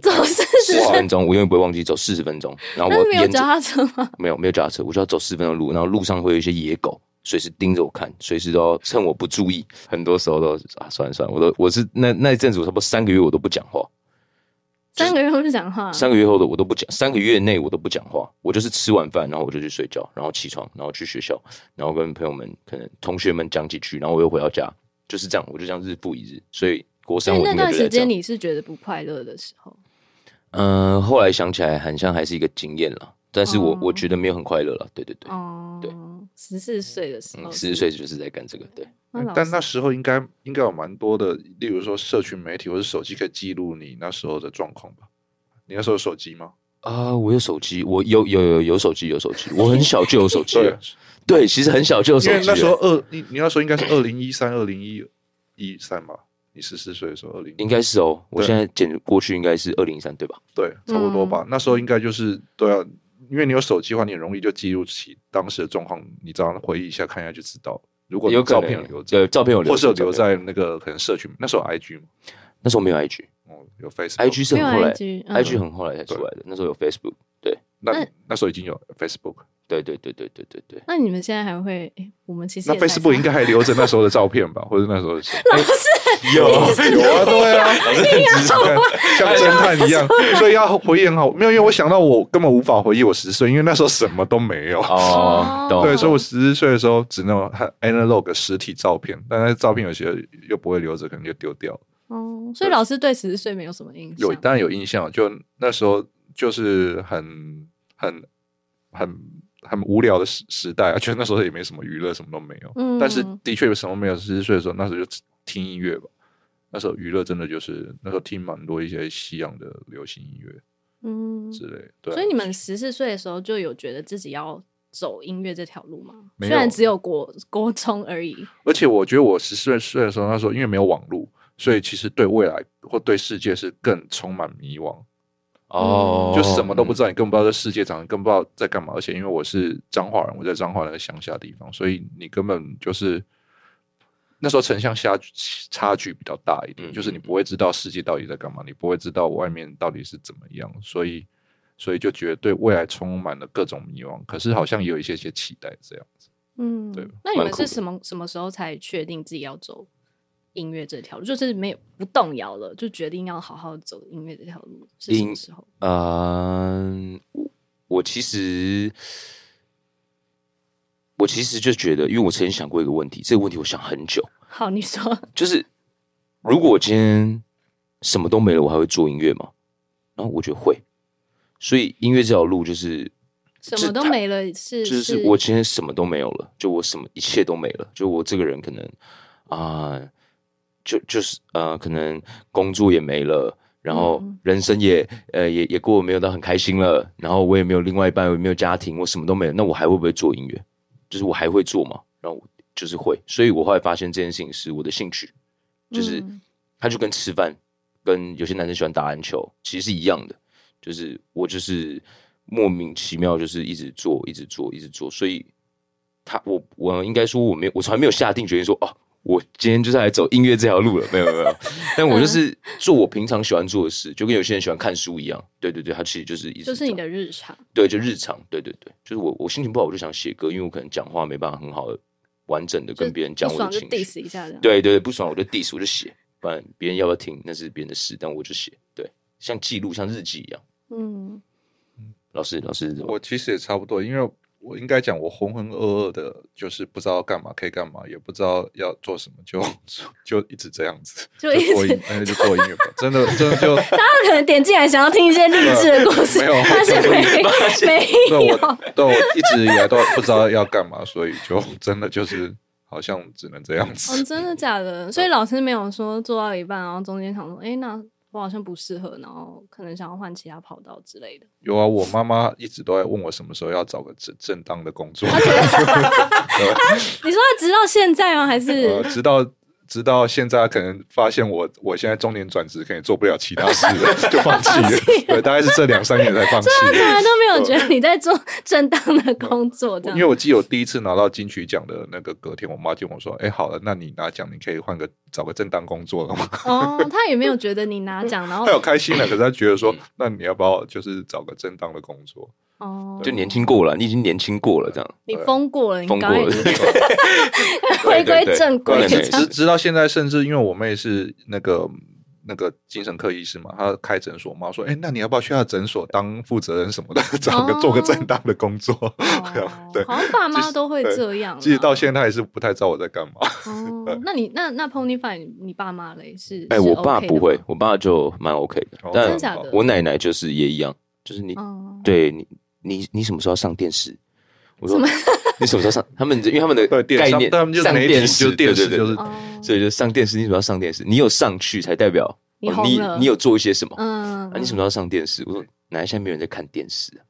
S2: 走四
S1: 四
S2: 十
S1: 十，分钟我永远不会忘记走四十分钟，然后
S2: 那
S1: 我
S2: 没有
S1: 沿着
S2: 脚踏车吗？
S1: 没有没有脚踏车，我就要走四十分钟的路，然后路上会有一些野狗。随时盯着我看，随时都要趁我不注意，很多时候都啊，算了算了，我都我是那那一阵子，我差不多三个月我都不讲话，
S2: 三个月后就讲话，
S1: 三个月后的我都不讲，三个月内我都不讲话，我就是吃完饭，然后我就去睡觉，然后起床，然后去学校，然后跟朋友们、可能同学们讲几句，然后我又回到家，就是这样，我就这样日复一日。所以国
S2: 所
S1: 三我
S2: 以那
S1: 应该
S2: 段
S1: 就在这
S2: 时间
S1: 样。
S2: 你是觉得不快乐的时候，
S1: 嗯、后来想起来，很像还是一个经验了，但是我、
S2: 哦
S1: 我觉得没有很快乐了。对对对，
S2: 哦，
S1: 对，
S2: 十四岁的时候，
S1: 嗯，四十岁就是在干这个，对，
S2: 那老师，
S3: 但那时候应该应该有蛮多的，例如说社群媒体或者手机可以记录你那时候的状况吧。你那时候有手机吗？
S1: 啊、我有手机，我有有有有手机，有手机，我很小就有手机了，对，其实很小啊就有手
S3: 因为
S1: 机啊
S3: 那时候
S1: 了，
S3: 二你你那时候应该是二零一三二零一一三吧？你十四岁的时候，二零
S1: 应该是哦，我
S3: 对
S1: 现在减过去应该是二零一三对吧？
S3: 对，差不多吧。那时候应该就是对啊，因为你有手机的话，你很容易就记录起当时的状况，你这样回忆一下看一下就知道了。如果你
S1: 有可
S3: 照
S1: 能
S3: 片有留
S1: 对
S3: 着，
S1: 照片有留着
S3: 或是有留
S1: 照片
S3: 在那个可能社群，那时候有 IG 嘛，
S1: 那时候没有 IG。
S3: 哦，有 Facebook。
S1: IG 是
S2: 没有
S1: 很后来
S2: IG，嗯
S1: 很后来才出来的，那时候有 Facebook，
S3: 那
S2: 那
S3: 那时候已经有 Facebook，
S1: 对对对对对对对。
S2: 那你们现在还会？诶我们其实
S3: 那
S2: 也才
S3: Facebook
S2: 差
S3: 应该还留着那时候的照片吧，或者那时候的手机
S2: 老师，
S1: 有
S3: 有啊，对啊，像侦探一样，所以要回忆很好。没有，因为我想到我根本无法回忆我十岁，因为那时候什么都没有。
S1: 哦，懂。
S3: 对，所以我十四岁的时候只能有 analog 实体照片，但那照片有些又不会留着，可能就丢掉。
S2: 哦，所以老师对十四岁没有什么印象，
S3: 有当然有印象，就那时候就是很很很很无聊的时时代啊， 觉得那时候也没什么娱乐，什么都没有。
S2: 嗯
S3: 但是的确有什么没有，十四岁的时候那时候就听音乐吧。那时候娱乐真的就是那时候听蛮多一些西洋的流行音乐
S2: 嗯，
S3: 之类的，对啊、
S2: 所以你们十四岁的时候就有觉得自己要走音乐这条路吗？
S3: 没
S2: 虽
S3: 有
S2: 然只有国国中而已，
S3: 而且我觉得我十四岁的时候，那时候因为没有网络，所以其实对未来或对世界是更充满迷惘，
S1: 哦，
S3: 就什么都不知道，你更不知道这世界长得，更不知道在干嘛。而且因为我是彰化人，我在彰化那个乡下地方，所以你根本就是那时候城乡差距差距比较大一点，
S1: 嗯
S3: 就是你不会知道世界到底在干嘛，你不会知道外面到底是怎么样，所以所以就觉得对未来充满了各种迷惘，可是好像也有一些些期待这样子。
S2: 嗯
S3: 对，
S2: 那你们
S1: 蛮酷
S2: 是
S1: 的
S2: 什么什么时候才确定自己要走音乐这条路？就是没有不动摇了，就决定要好好走音乐这条路是什么
S1: 音
S2: 时候？
S1: 嗯，我我其实我其实就觉得，因为我曾经想过一个问题，这个问题我想很久，
S2: 好，你说，
S1: 就是如果我今天什么都没了，我还会做音乐吗？然后我觉得会，所以音乐这条路就是
S2: 什么都没了，是
S1: 就是我今天什么都没有了，就我什么一切都没了，就我这个人可能啊、就就是呃，可能工作也没了，然后
S2: 嗯
S1: 人生也呃也也过得没有到很开心了，然后我也没有另外一半，我也没有家庭，我什么都没有，那我还会不会做音乐？就是我还会做吗？然后我就是会，所以我后来发现这件事情是我的兴趣，就是、
S2: 嗯
S1: 它就跟吃饭，跟有些男生喜欢打篮球其实是一样的，就是我就是莫名其妙就是一直做，一直做，一直做，所以他我我应该说我没有，我从来没有下定决心说哦，我今天就是来走音乐这条路了，没有没有没 有，但
S2: 嗯
S1: 我就是做我平常喜欢做的事，就跟有些人喜欢看书一样，对对对，他其实就是一直
S2: 就是你
S1: 这样
S2: 的日常，
S1: 对，就日常，对对对，就是我我心情不好我就想写歌，因为我可能讲话没办法很好的完整的
S2: 就
S1: 跟别人讲
S2: 不
S1: 我
S2: 爽
S1: 的
S2: 就
S1: 情绪。
S2: diss 一下这样。
S1: 对对，不爽我就 diss，我就写，不然别人要不要听那是别人的事，但我就写，对，像记录，像日记一样。
S2: 嗯，
S1: 老师，老师怎么，
S3: 我其实也差不多，因为我应该讲我浑浑噩噩的，就是不知道干嘛可以干嘛，也不知道要做什么， 就就一直这样子，
S2: 就一直
S3: 做音，哎就做音乐吧，真的真的 就
S2: 他可能点进来想要听一些励
S1: 呃
S2: 志的故事
S3: 没有，
S2: 但是没
S3: 对
S2: 没有
S3: 我。对我一直以来都不知道要干嘛，所以就真的就是好像只能这样
S2: 哦，
S3: 子。
S2: 真的假的？
S1: 嗯
S2: 所以老师没有说做到一半，然后中间想说，哎、那我好像不适合，然后可能想要换其他跑道之类的。
S3: 有啊，我妈妈一直都在问我什么时候要找个正正当的工作，
S2: 你说他直到现在吗？还是、
S3: 呃，直到直到现在可能发现我我现在中年转职，可能做不了其他事 了，就放弃了。对，大概是这两三年才放弃。
S2: 从来都没有觉得你在做正当的工作这
S3: 呃因为
S2: 样？
S3: 我记得我第一次拿到金曲奖的那个隔天，我妈就跟我说：“哎、好了，那你拿奖，你可以换个找个正当工作了吗？”
S2: 哦，他也没有觉得你拿奖，然后
S3: 她有开心了，可是她觉得
S2: 嗯
S3: 说：“那你要不要就是找个正当的工作？”
S2: 哦，
S1: 就年轻过了，你已经年轻过了，这样
S2: 你疯过了，你
S1: 疯过
S2: 刚才
S1: 了，
S2: 回归正
S1: 对
S2: 轨
S1: 对
S3: 对，
S1: 对
S2: 这样
S3: 直直到现在，甚至因为我妹是那个那个精神科医师嘛，她开诊所，我妈说：“哎、那你要不要去她的诊所当负责人什么的， 找个、
S2: 哦
S3: 做个正当的工作？”这
S2: 哦
S3: 样 对，
S2: 好像爸妈都会
S3: 对
S2: 这样啦。啊
S3: 其实到现在还是不太知道我在干嘛。
S2: 哦，那你那那 Ponyfy 你爸妈嘞是？
S1: 哎，
S2: 是
S1: 我爸
S2: OK 的吗
S1: 不会，，我爸就蛮 OK 的
S3: 哦，
S2: 真
S1: 但
S2: 的假的
S1: 我奶奶就是也一样，就是你
S2: 哦，
S1: 对你你你什么时候要上电视？我说 你什么时候上？他们因为他们的
S3: 对电
S1: 概
S3: 商
S1: 念
S3: 对他们就是
S1: 上
S3: 媒体
S1: 电视，
S3: 就是电
S1: 对
S3: 视
S1: 对对
S3: 就是
S2: 哦
S1: 所以就上电视，你什么时候上电视？你有上去才代表
S2: 你
S1: 哦
S2: 红
S1: 你
S2: 了
S1: 你有做一些什么？
S2: 嗯，
S1: 啊，你什么时候上电视？我说奶奶现在没有人在看电视啊。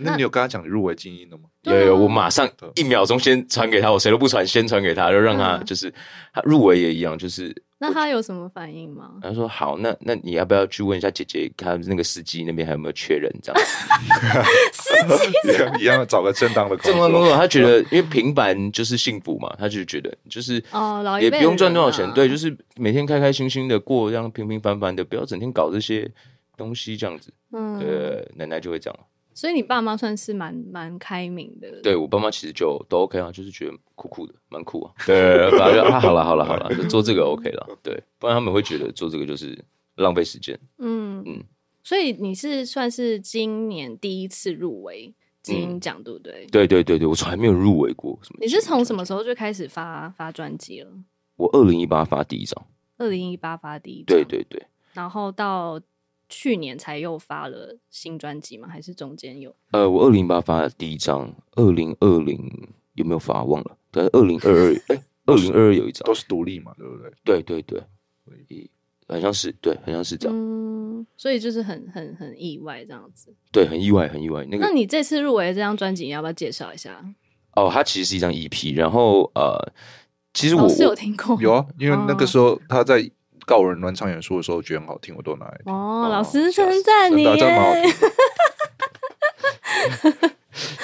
S3: 那你有跟她讲你入围精英的 吗？
S2: 对
S1: 有
S2: 啊
S1: 有，我马上
S3: 对
S1: 一秒钟先传给他，我谁都不传，先传给他，就让他
S2: 嗯
S1: 就是他入围也一样，就是
S2: 那他有什么反应 吗？
S1: 他说好，那那你要不要去问一下姐姐，看那个司机那边还有没有缺人这样？
S2: 哦
S3: 一样一样找个正当的工
S1: 正常工
S3: 作。
S1: 作，他觉
S2: 嗯
S1: 得因为平凡就是幸福嘛，他就觉得就是
S2: 哦老一
S1: 也
S2: 辈
S1: 不用赚
S2: 人
S1: 多少
S2: 啊
S1: 钱，对，就是每天开开心心的过，这样平平凡凡的，不要整天搞这些东西这样子。
S2: 嗯，
S1: 呃，奶奶就会这样。
S2: 所以你爸妈算是蛮蛮开明的，
S1: 对我爸妈其实就都 OK 啊，就是觉得酷酷的，蛮酷啊。 对，本来就啊，好了好了好了，就做这个 OK 了。对，不然他们会觉得做这个就是浪费时间。
S2: 嗯
S1: 嗯
S2: 所以你是算是今年第一次入围金鹰奖，对不对？
S1: 对对对对，我从来没有入围过什么。
S2: 你是从什么？时候就开始发发专辑了？
S1: 我二零一八发第一张。
S2: 二零一八发第一张，
S1: 对，对对，
S2: 然后到去年才又发了新专辑吗？还是中间有？
S1: 呃，我二零一八发第一张，二零二零有没有发忘了？对，二零二二，哎，二零二二有一张
S3: 都。是独立嘛，对不对？
S1: 对对对，一好像是对，好像是这样。
S2: 嗯，所以就是很很很意外这样子。
S1: 对，很意外，很意外。那个
S2: 那你这次入围的这张专辑，你要不要介绍一下？
S1: 哦，它其实是一张 EP，然后呃，其实我
S2: 老哦师有
S1: 我
S2: 听过，
S3: 有啊，因为那个时候她在告人暖场演出的时候，我觉得很好听，我都拿来听。
S2: 哦，
S3: 哦
S2: 老师称赞你
S3: 真的真的蛮好
S2: 耶，
S3: 听的。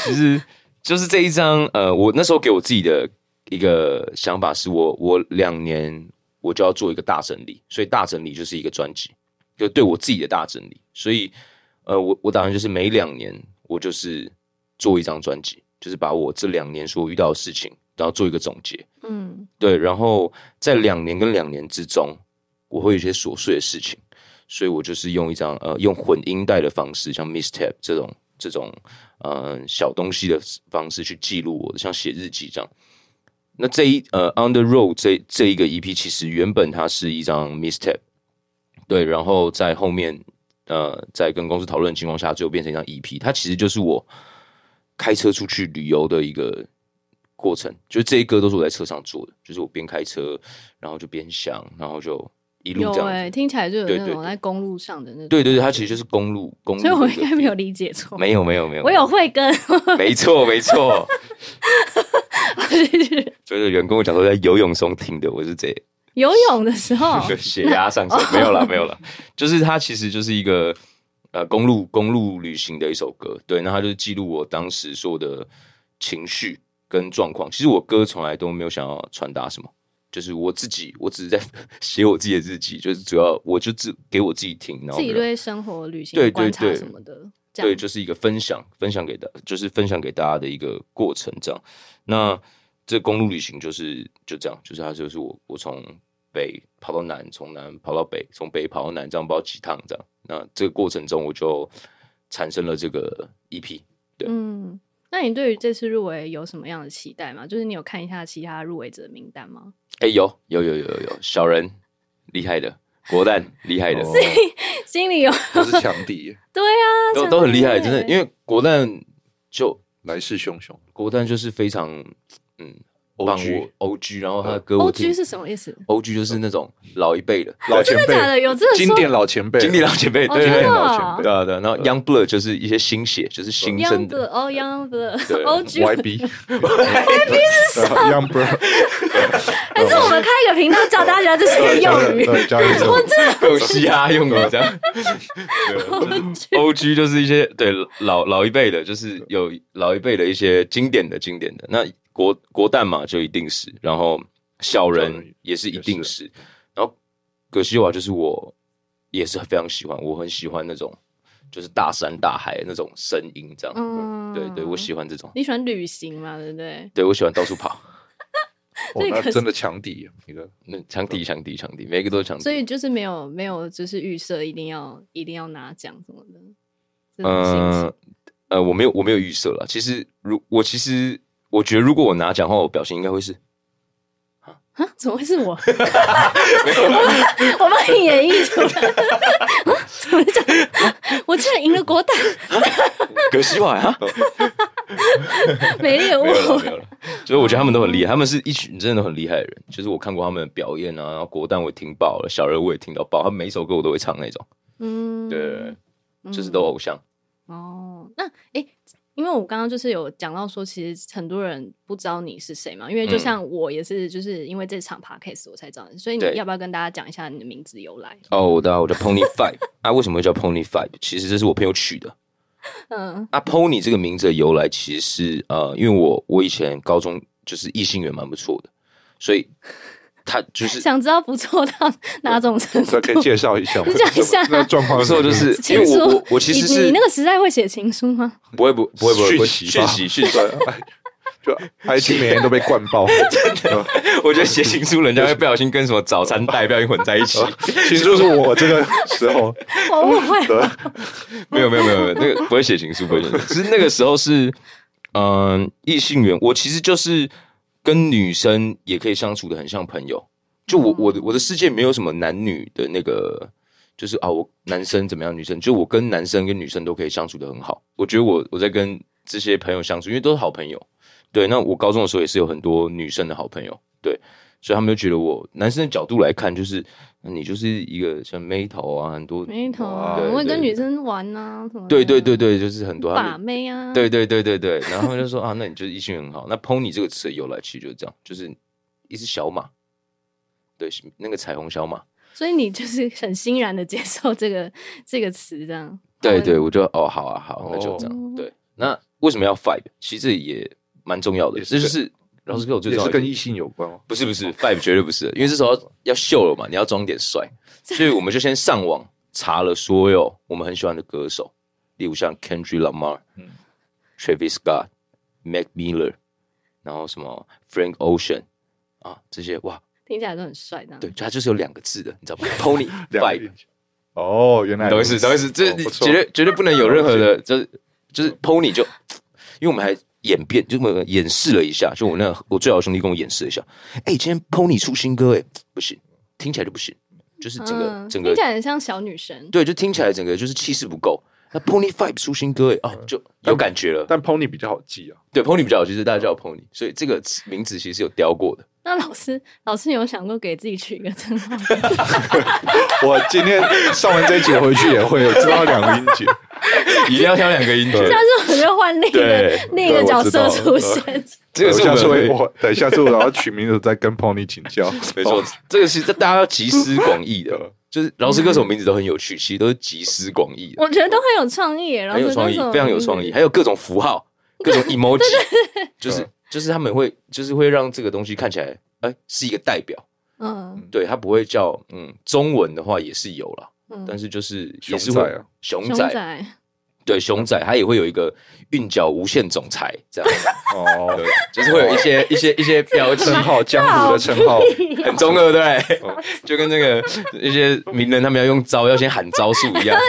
S1: 其实就是这一张，呃，我那时候给我自己的一个想法是我我两年我就要做一个大整理，所以大整理就是一个专辑，就对我自己的大整理。所以呃，我我打算就是每两年我就是做一张专辑，就是把我这两年所遇到的事情，然后做一个总结。
S2: 嗯
S1: 对，然后在两年跟两年之中，我会有一些琐碎的事情，所以我就是用一张呃用混音带的方式，像 mistake 这种这种呃小东西的方式去记录我的，像写日记这样。那这一呃 on the road 这这一个 EP 其实原本它是一张 mistake，对，然后在后面呃在跟公司讨论的情况下，最后变成一张 EP，它其实就是我开车出去旅游的一个过程，就是这些歌都是我在车上做的，就是我边开车，然后就边想，然后就一路
S2: 有
S1: 这样子。
S2: 哎、听起来就有
S1: 对
S2: 那
S1: 对
S2: 种
S1: 对
S2: 在公路上的那种。
S1: 对对对，它其实就是公路公路
S2: 所
S1: 的
S2: 以
S1: 一个 feel。
S2: 我应该没有理解错。
S1: 没有没有没有，
S2: 我有慧根，
S1: 没错没错，就是有人跟我讲说在游泳中听的，我是这，
S2: 游泳的时候
S1: 血压上升，没有啦没有啦，就是它其实就是一个呃公路公路旅行的一首歌，对，那它就是记录我当时所有的情绪跟状况。其实我歌从来都没有想要传达什么。就是我自己，我只是在 写我自己的日记，就是主要我就自给我自己听，然后
S2: 自己
S1: 让
S2: 对生活、旅行、
S1: 对对
S2: 观察
S1: 对
S2: 什么的，这
S1: 对，
S2: 样
S1: 就是一个分享，分享给大，就是分享给大家的一个过程，这样。那这公路旅行就是就这样，就是它就是我我从北跑到南，从南跑到北，从北跑到南，这样跑几趟这 E 样。那这个过程中，我就产生了这个 EP。对
S2: 嗯。那你对于这次入围有什么样的期待吗？就是你有看一下其他入围者的名单吗？
S1: 哎、有有有有有有，小人厉害的，国蛋厉害的，
S3: 哦
S2: 心里有
S3: 都是强敌，
S2: 对啊，
S1: 都都很厉害，
S2: 真
S1: 真
S2: 的耶
S1: 的。因为国蛋就
S3: 来势汹汹。
S1: 国蛋就是非常嗯
S3: O G，
S1: 我 O G，然后他的歌
S2: O
S1: 我
S2: G
S1: 听
S2: 哦是什么意思？
S1: O G 就是那种老一辈的
S3: 老前
S2: 真的假
S3: 辈，
S2: 的？有这个
S3: 经
S2: 说
S3: 典老前辈，
S1: 经典老前辈，
S2: 哦
S1: 对
S2: 真
S1: 对对。
S2: 的哦
S1: 对啊，对啊，然后 Young Blood 就是一些新血，就是新
S2: Young
S1: 生
S2: Blood
S1: 的，
S2: 哦，Young
S1: 对
S2: Blood，O G，还
S3: YB，YB 是 Young Bro，
S2: 是我们开一个频道教大家这些用语？
S3: 对，加一 首，
S1: 够嘻 哈用的这样。O G 就是一些对老老一辈的，就是有老一辈的一些经典的经典的。那国国蛋嘛，就一定是，然后小
S3: 小
S1: 人
S3: 人
S1: 也是一定
S3: 也
S1: 是，然后葛西瓦就是我也是非常喜欢，我很喜欢那种就是大山大海那种声音这样。
S2: 嗯
S1: 对对，我喜欢这种，
S2: 你喜欢旅行嘛？对不对？
S1: 对我喜欢到处跑。
S3: 哦，那真的强敌，一个
S1: 那强敌强敌强敌，每一个都是强敌。
S2: 所以就是没有没有，就是预设一定要一定要拿奖什么的。这种心情
S1: 呃呃，我没有我没有预设了。其实如我其实我觉得，如果我拿奖的话，我表情应该会 是
S2: 啊， 怎么会是我？ 我把我把你演绎出来， 啊怎么讲？我居然赢了国大，
S1: 葛西瓦啊，
S2: 哦美丽的
S1: 没有了没
S2: 我。
S1: 有 了。所以我觉得他们都很
S2: 哦
S1: 厉害，他们是一群真的都很厉害的人。就是我看过他们的表演啊，然后国蛋我也听爆了，小人我也听到爆，他们每一首歌我都会唱那种。
S2: 嗯，
S1: 对，
S2: 嗯，
S1: 就是都偶像。
S2: 哦。那诶，因为我刚刚就是有讲到说，其实很多人不知道你是谁嘛，因为就
S1: 嗯
S2: 像我也是，就是因为这场 podcast 我才知道你，所以你
S1: 对
S2: 要不要跟大家讲一下你的名字由来？
S1: 哦，我的我叫 Pony Five 啊，为什么会叫 Pony Five？其实这是我朋友取的。
S2: 嗯
S1: 啊，Pony 这个名字的由来，其实是呃，因为我我以前高中就是异性缘蛮不错的，所以他就是
S2: 想知道不错到哪种程
S3: 这
S2: 度？
S3: 可以介绍一下吗？
S2: 介绍一下
S3: 那状况
S1: 不
S3: 是
S1: 错，就是因
S2: 情
S1: 为
S2: 书
S1: 我我我其实
S2: 你你
S1: 是
S2: 那个时代会写情书 吗？
S1: 不会不不会不会不
S3: 讯
S1: 会
S3: 息
S1: 讯
S3: 吧
S1: 息讯息，
S3: 对，就 IG 每天都被灌爆，
S1: 我觉得写情书人家会不小心跟什么早餐代表混在一 起，
S3: 其实就是我这个时候，
S2: 我误会了。
S3: 对，
S1: 没有没有没有没有，那个不会写情书，不会 写情书。只是那个时候是，嗯、异性缘，我其实就是跟女生也可以相处的很像朋友。就我我的
S2: 嗯
S1: 我的世界没有什么男女的那个，就是啊，我男生怎么样，女生就我跟男生跟女生都可以相处的很好。我觉得我我在跟这些朋友相处，因为都是好朋友。对，那我高中的时候也是有很多女生的好朋友，对，所以他们就觉得我男生的角度来看，就是嗯你就是一个像妹头啊，很多
S2: 没头啊，
S3: 哇
S2: 我会
S1: 对对
S2: 跟女生玩呐、啊，什么的
S1: 对对对对，就是很多他
S2: 把
S1: 们，
S2: 妹啊，
S1: 对对对对对，然后他就说啊，那你就是异性缘很好。那 pony 这个词的由来其实就是这样，就是一只小马，对，那个彩虹小马。
S2: 所以你就是很欣然的接受这个这个词，这样
S1: 对对，
S2: 好
S1: 我就哦，好啊，好，那就这
S2: 哦
S1: 样。对，那为什么要 five？其实也蛮重要的，
S3: 也
S1: 这
S3: 是
S1: 就是老师给我最
S3: 也
S1: 重要
S3: 是
S1: 的
S3: 跟异性有关吗？
S1: 不是不是 five 绝对不是，因为这时候要要秀了嘛，你要装点 帅，所以我们就先上网查了所有我们很喜欢的歌手，例如像 Kendrick Lamar、
S3: 嗯
S1: Travis Scott、Mac Miller，然后什么 Frank Ocean 啊这些，哇，
S2: 听起来都很帅，这样
S1: 对，就它就是有两个字的，你知道吗？Pony
S3: 两
S1: five
S3: 个。哦，原来
S1: 懂意思，懂意思，这
S3: 哦不错
S1: 绝对绝对不能有任何 的，就是就是 pony 就，因为我们还演变，就我们演示了一下，就我那我最好的兄弟跟我演示了一下，哎、今天 pony 出新歌、哎，不行，听起来就不行，就是整个、
S2: 嗯、
S1: 整
S2: 听
S1: 个
S2: 起来很像小女生，
S1: 对，就听起来整个就是气势不够。那 pony five 出新歌、哎，哦，就有感觉了。
S3: 但 Pony 比较好记啊，
S1: 对 pony 比较好，其实大家叫我 pony，所以这个词名字其实有雕过的。
S2: 那老师老师有想过给自己取一个称号吗？
S3: 我今天上完这一集回去也会知道两个音节，
S1: 一定要挑两个 音节
S3: 对
S2: 但是我就换另一个
S1: 对
S2: 另一个
S3: 对
S2: 角
S3: 我知
S2: 色
S3: 道
S2: 出
S3: 了
S2: 现，
S1: 这个是
S3: 下次
S1: 我哎们
S3: 会我等下次我要取名字再跟 Pony 请教，哦
S1: 没错，哦这个是大家要集思广益的
S3: 对，
S1: 就是饶舌歌手名字都很有趣，其实都是集思广益的，
S2: 我觉得都很有创意耶，然后
S1: 很有创意，非常有创意，还有各种符号、各种 emoji，就是
S3: 嗯
S1: 就是他们会就是会让这个东西看起来，哎，是一个代表，
S2: 嗯
S1: 对，它不会叫嗯中文的话也是有啦，
S2: 嗯，
S1: 但是就是
S3: 熊
S1: 也是
S3: 仔
S1: 会
S3: 啊
S1: 熊
S2: 熊
S1: 仔，
S2: 仔
S1: 对熊仔，他也会有一个韵脚无限总裁这样，
S3: 哦，
S1: 对，就是会有一些一些一些标记
S3: 称，号江湖的称 号，
S1: 很中二，对不对
S3: 哦？
S1: 就跟那个一些名人他们要用招，要先喊招数一样，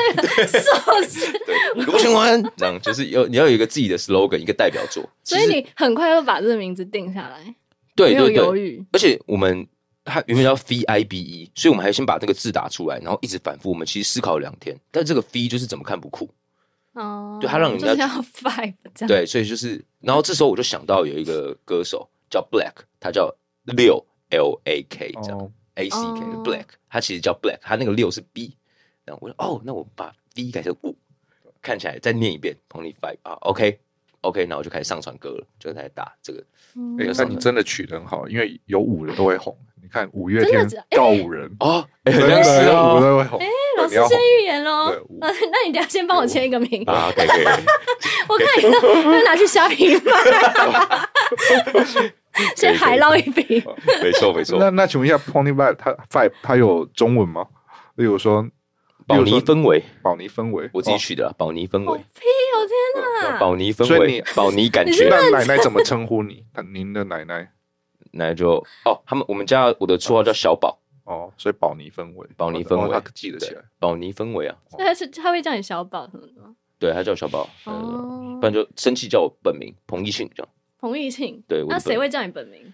S2: 笑死！
S1: 对，卢俊文这样，就是有你要有一个自己的 slogan，一个代表作。
S2: 所以你很快就把这个名字定下来，
S1: 对
S2: 没有
S1: 对
S2: 犹
S1: 对，
S2: 豫。
S1: 而且我们它原本叫 V I B E，所以我们还先把这个字打出来，然后一直反复，我们其实思考了两天，但这个 V 就是怎么看不酷，
S2: 哦，
S1: 对他让人
S2: 就
S1: 家
S2: 是要 five 这样。
S1: 对，所以就是，然后这时候我就想到有一个歌手叫 Black，他叫六 L A K 这样、
S3: 哦
S1: A C K
S2: 哦
S1: Black，他其实叫 Black，他那个六是 B，然后我说哦，那我把 V 改成五，看起来再念一遍 Pony Five 啊，OK OK，那我就开始上传歌了，就开始打这个，
S2: 嗯
S3: 哎，那你真的取得很好，因为有五人都会红。你看五月
S2: 真
S3: 天
S2: 的假
S3: 告五人，
S1: 哦，哎
S3: 真
S1: 很像是
S3: 的有五
S1: 哦。
S3: 人会红。
S2: 哎老
S3: 你
S2: 师
S3: 要
S2: 先
S3: 红
S2: 预言喽
S3: 对五。
S2: 呃 那你等一下先帮我签一个名，
S1: 啊，可以可以，可以
S2: 我看你要拿去 虾皮卖，先海捞一笔。
S1: 没错没错
S3: 那，那请问一下，Pony Vibe 它 Vibe 它有中文吗？例如说，
S1: 宝妮氛围，
S3: 宝妮氛围，
S1: 我自己
S3: 哦
S1: 取的啊，宝妮氛
S2: 我
S1: 围，
S2: 呸！我天哪！
S1: 宝妮氛
S3: 所以
S1: 围
S3: 你，
S1: 宝妮感
S2: 哦你
S1: 觉
S2: 是，
S3: 那奶奶怎么称呼你？她您的奶奶
S1: 那就哦，他们我们家我的绰号叫小宝，
S3: 哦，所以宝妮氛围，
S1: 宝妮氛围
S3: 哦她记得起来。
S1: 宝妮氛围啊，
S2: 所以他是他会叫你小宝什么的吗？
S1: 对，他叫我小宝，呃
S2: 哦
S1: 不，然就生气叫我本名彭奕迅这样。
S2: 彭昱畅。
S1: 对我的
S2: 那谁
S1: 本
S2: 会叫你本名？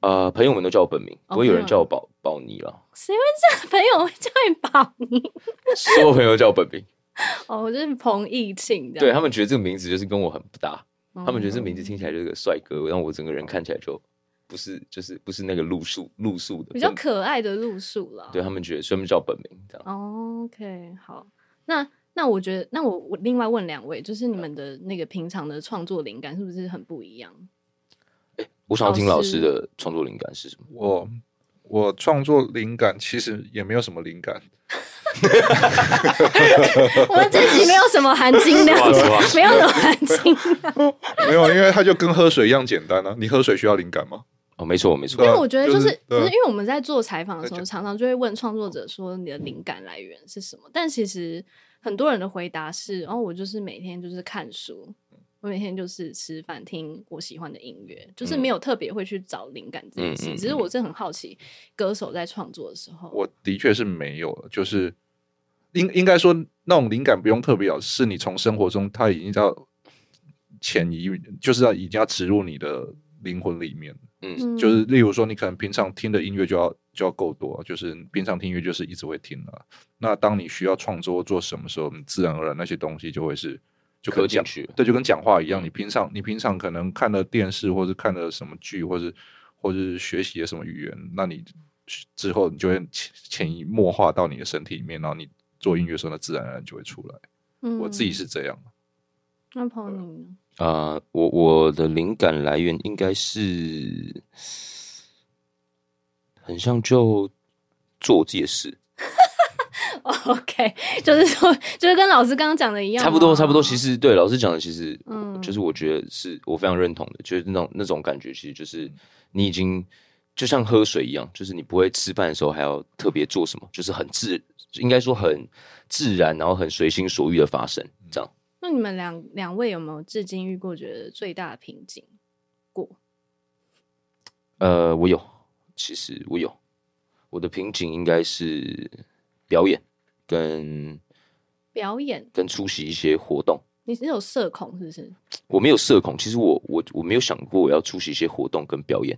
S1: 呃，朋友们都叫我本名，
S2: 哦
S1: 不会有人
S2: 朋友
S1: 叫我宝宝妮了，
S2: 谁会叫朋 友会叫你宝妮？
S1: 所有朋友叫我本名，
S2: 哦，我就是彭昱畅 这
S1: 对
S2: 样。哦
S1: 他们觉得这个名字就是跟我很不搭，
S2: 对
S1: 他们觉得这名字听起来就是个帅哥，让我整个人看起来就不是就是不是那个路数路数的，
S2: 比较可爱的路数啦。
S1: 对他啊们觉得所以他们叫我本名这样。
S2: 哦 OK，好，那那我觉得，那我我另外问两位，就是你们的那个平常的创作灵感是不是很不一 样？
S1: 我想要听老
S2: 老
S1: 师
S2: 师
S1: 的创作灵感是什么？
S3: 我我创作灵感其实也没有什么灵感，
S2: 我们这集没有什么含金量
S1: 哇哇，
S2: 没有什么含金量，
S3: 没有，因为它就跟喝水一样简单啊。你喝水需要灵感吗？
S1: 哦，没错没
S2: 因
S1: 错
S3: 对，
S2: 为我觉得就
S3: 就是是
S2: 不是
S3: 对
S1: 啊
S2: 因为我们在做采访的时候，
S3: 对
S2: 常常就会问创作者说你的灵感来源是什么，但其实很多人的回答是，哦，我就是每天就是看书。
S1: 嗯
S2: 我每天就是吃饭，听我喜欢的音乐，就是没有特别会去找灵感这件事。
S1: 嗯嗯嗯
S2: 只是我是很好奇，歌手在创作的时候，
S3: 我的确是没有了，就是应应该说那种灵感不用特别好，是你从生活中它已经到潜移，就是要已经要植入你的灵魂里面。
S1: 嗯
S2: 嗯
S3: 就是例如说，你可能平常听的音乐就要就要够多，就是平常听音乐就是一直会听了、那当你需要创作做什么时候，你自然而然那些东西就会是就
S1: 刻
S3: 跟
S1: 进
S3: 讲
S1: 去了
S3: 对，就跟讲话一样。你平常你平常可能看了电视，或是看了什么剧，或是或是学习了什么语言，那你之后你就会潜潜移默化到你的身体里面，然后你做音乐的时候，那自然而然就会出来。
S2: 嗯
S3: 我自己是这样，
S2: 那朋友你呢？
S1: 啊、我我的灵感来源应该是很像就做我自己的事，
S2: OK，就是 说，就是跟老师刚刚讲的一样吗，啊
S1: 差不多差不多。其实对老师讲的，其实
S2: 嗯
S1: 就是我觉得是我非常认同的，就是那种那种感觉，其实就是你已经就像喝水一样，就是你不会吃饭的时候还要特别做什么，就是很自应该说很自然，然后很随心所欲的发生这样。
S2: 那你们两两位有没有至今遇过觉得最大的瓶颈过？
S1: 呃，我有，其实我有，我的瓶颈应该是表演跟
S2: 表演，
S1: 跟出席一些活动。
S2: 你是有社恐是不是？
S1: 我没有社恐，其实我我我没有想过我要出席一些活动跟表演。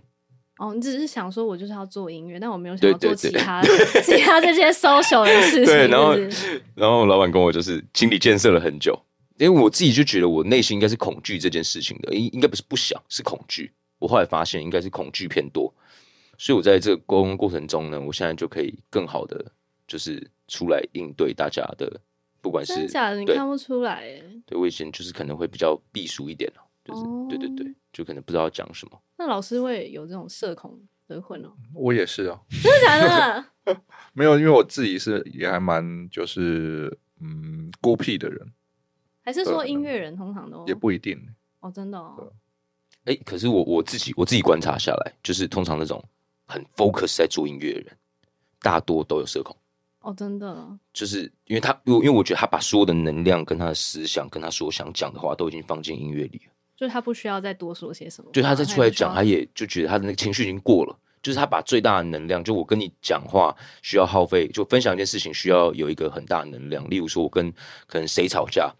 S2: 哦，你只是想说我就是要做音乐，但我没有想要
S1: 对对
S2: 做其
S1: 对
S2: 他其他这些 social 的事情。
S1: 对然后
S2: 是不是
S1: 然后老板跟我就是心理建设了很久，因为我自己就觉得我内心应该是恐惧这件事情的，应应该不是不想，是恐惧。我后来发现应该是恐惧偏多，所以我在这个沟通过程中呢，我现在就可以更好的就是出来应对大家的，不管是
S2: 真的假的？你
S1: 对
S2: 看不出来耶。
S1: 对我以前就是可能会比较避俗一点啊就是、
S2: 哦
S1: 对对对，就可能不知道讲什么。
S2: 那老师会有这种社恐的困扰？
S3: 我也是啊，
S2: 真的假 的？
S3: 没有，因为我自己是也还蛮就是嗯孤僻的人，
S2: 还是
S1: 啊
S2: 说
S3: 对
S2: 音乐人通常都
S3: 也不一 定。
S2: 哦，真的哦。
S1: 哎，可是我我自己我自己观察下来，就是通常那种很 focus 在做音乐的人，大多都有社恐。
S2: 哦，真的，
S1: 就是因为他，因为因为我觉得他把所有的能量、跟他的思想、跟他所想讲的话，都已经放进音乐里了。
S2: 就是他不需要再多说些什么话，
S1: 就他再出来
S2: 也不需要
S1: 讲，他也就觉得他的那个情绪已经过了。就是他把最大的能量，就我跟你讲话需要耗费，就分享一件事情需要有一个很大的能量。例如说，我跟可能谁吵架，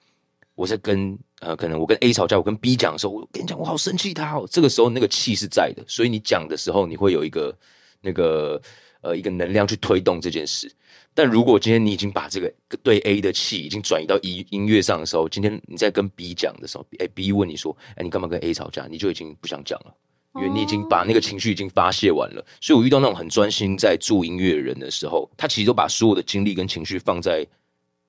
S1: 我在跟呃，可能我跟 A 吵架，我跟 B 讲的时候，我跟你讲，我好生气他哦。这个时候那个气是在的，所以你讲的时候，你会有一个那个呃一个能量去推动这件事。但如果今天你已经把这个对 A 的气已经转移到音音乐上的时候，今天你在跟 B 讲的时候，哎，B 问你说，哎，你干嘛跟 A 吵架？你就已经不想讲了，因为你已经把那个情绪已经发泄完了。所以我遇到那种很专心在做音乐的人的时候，他其实都把所有的精力跟情绪放在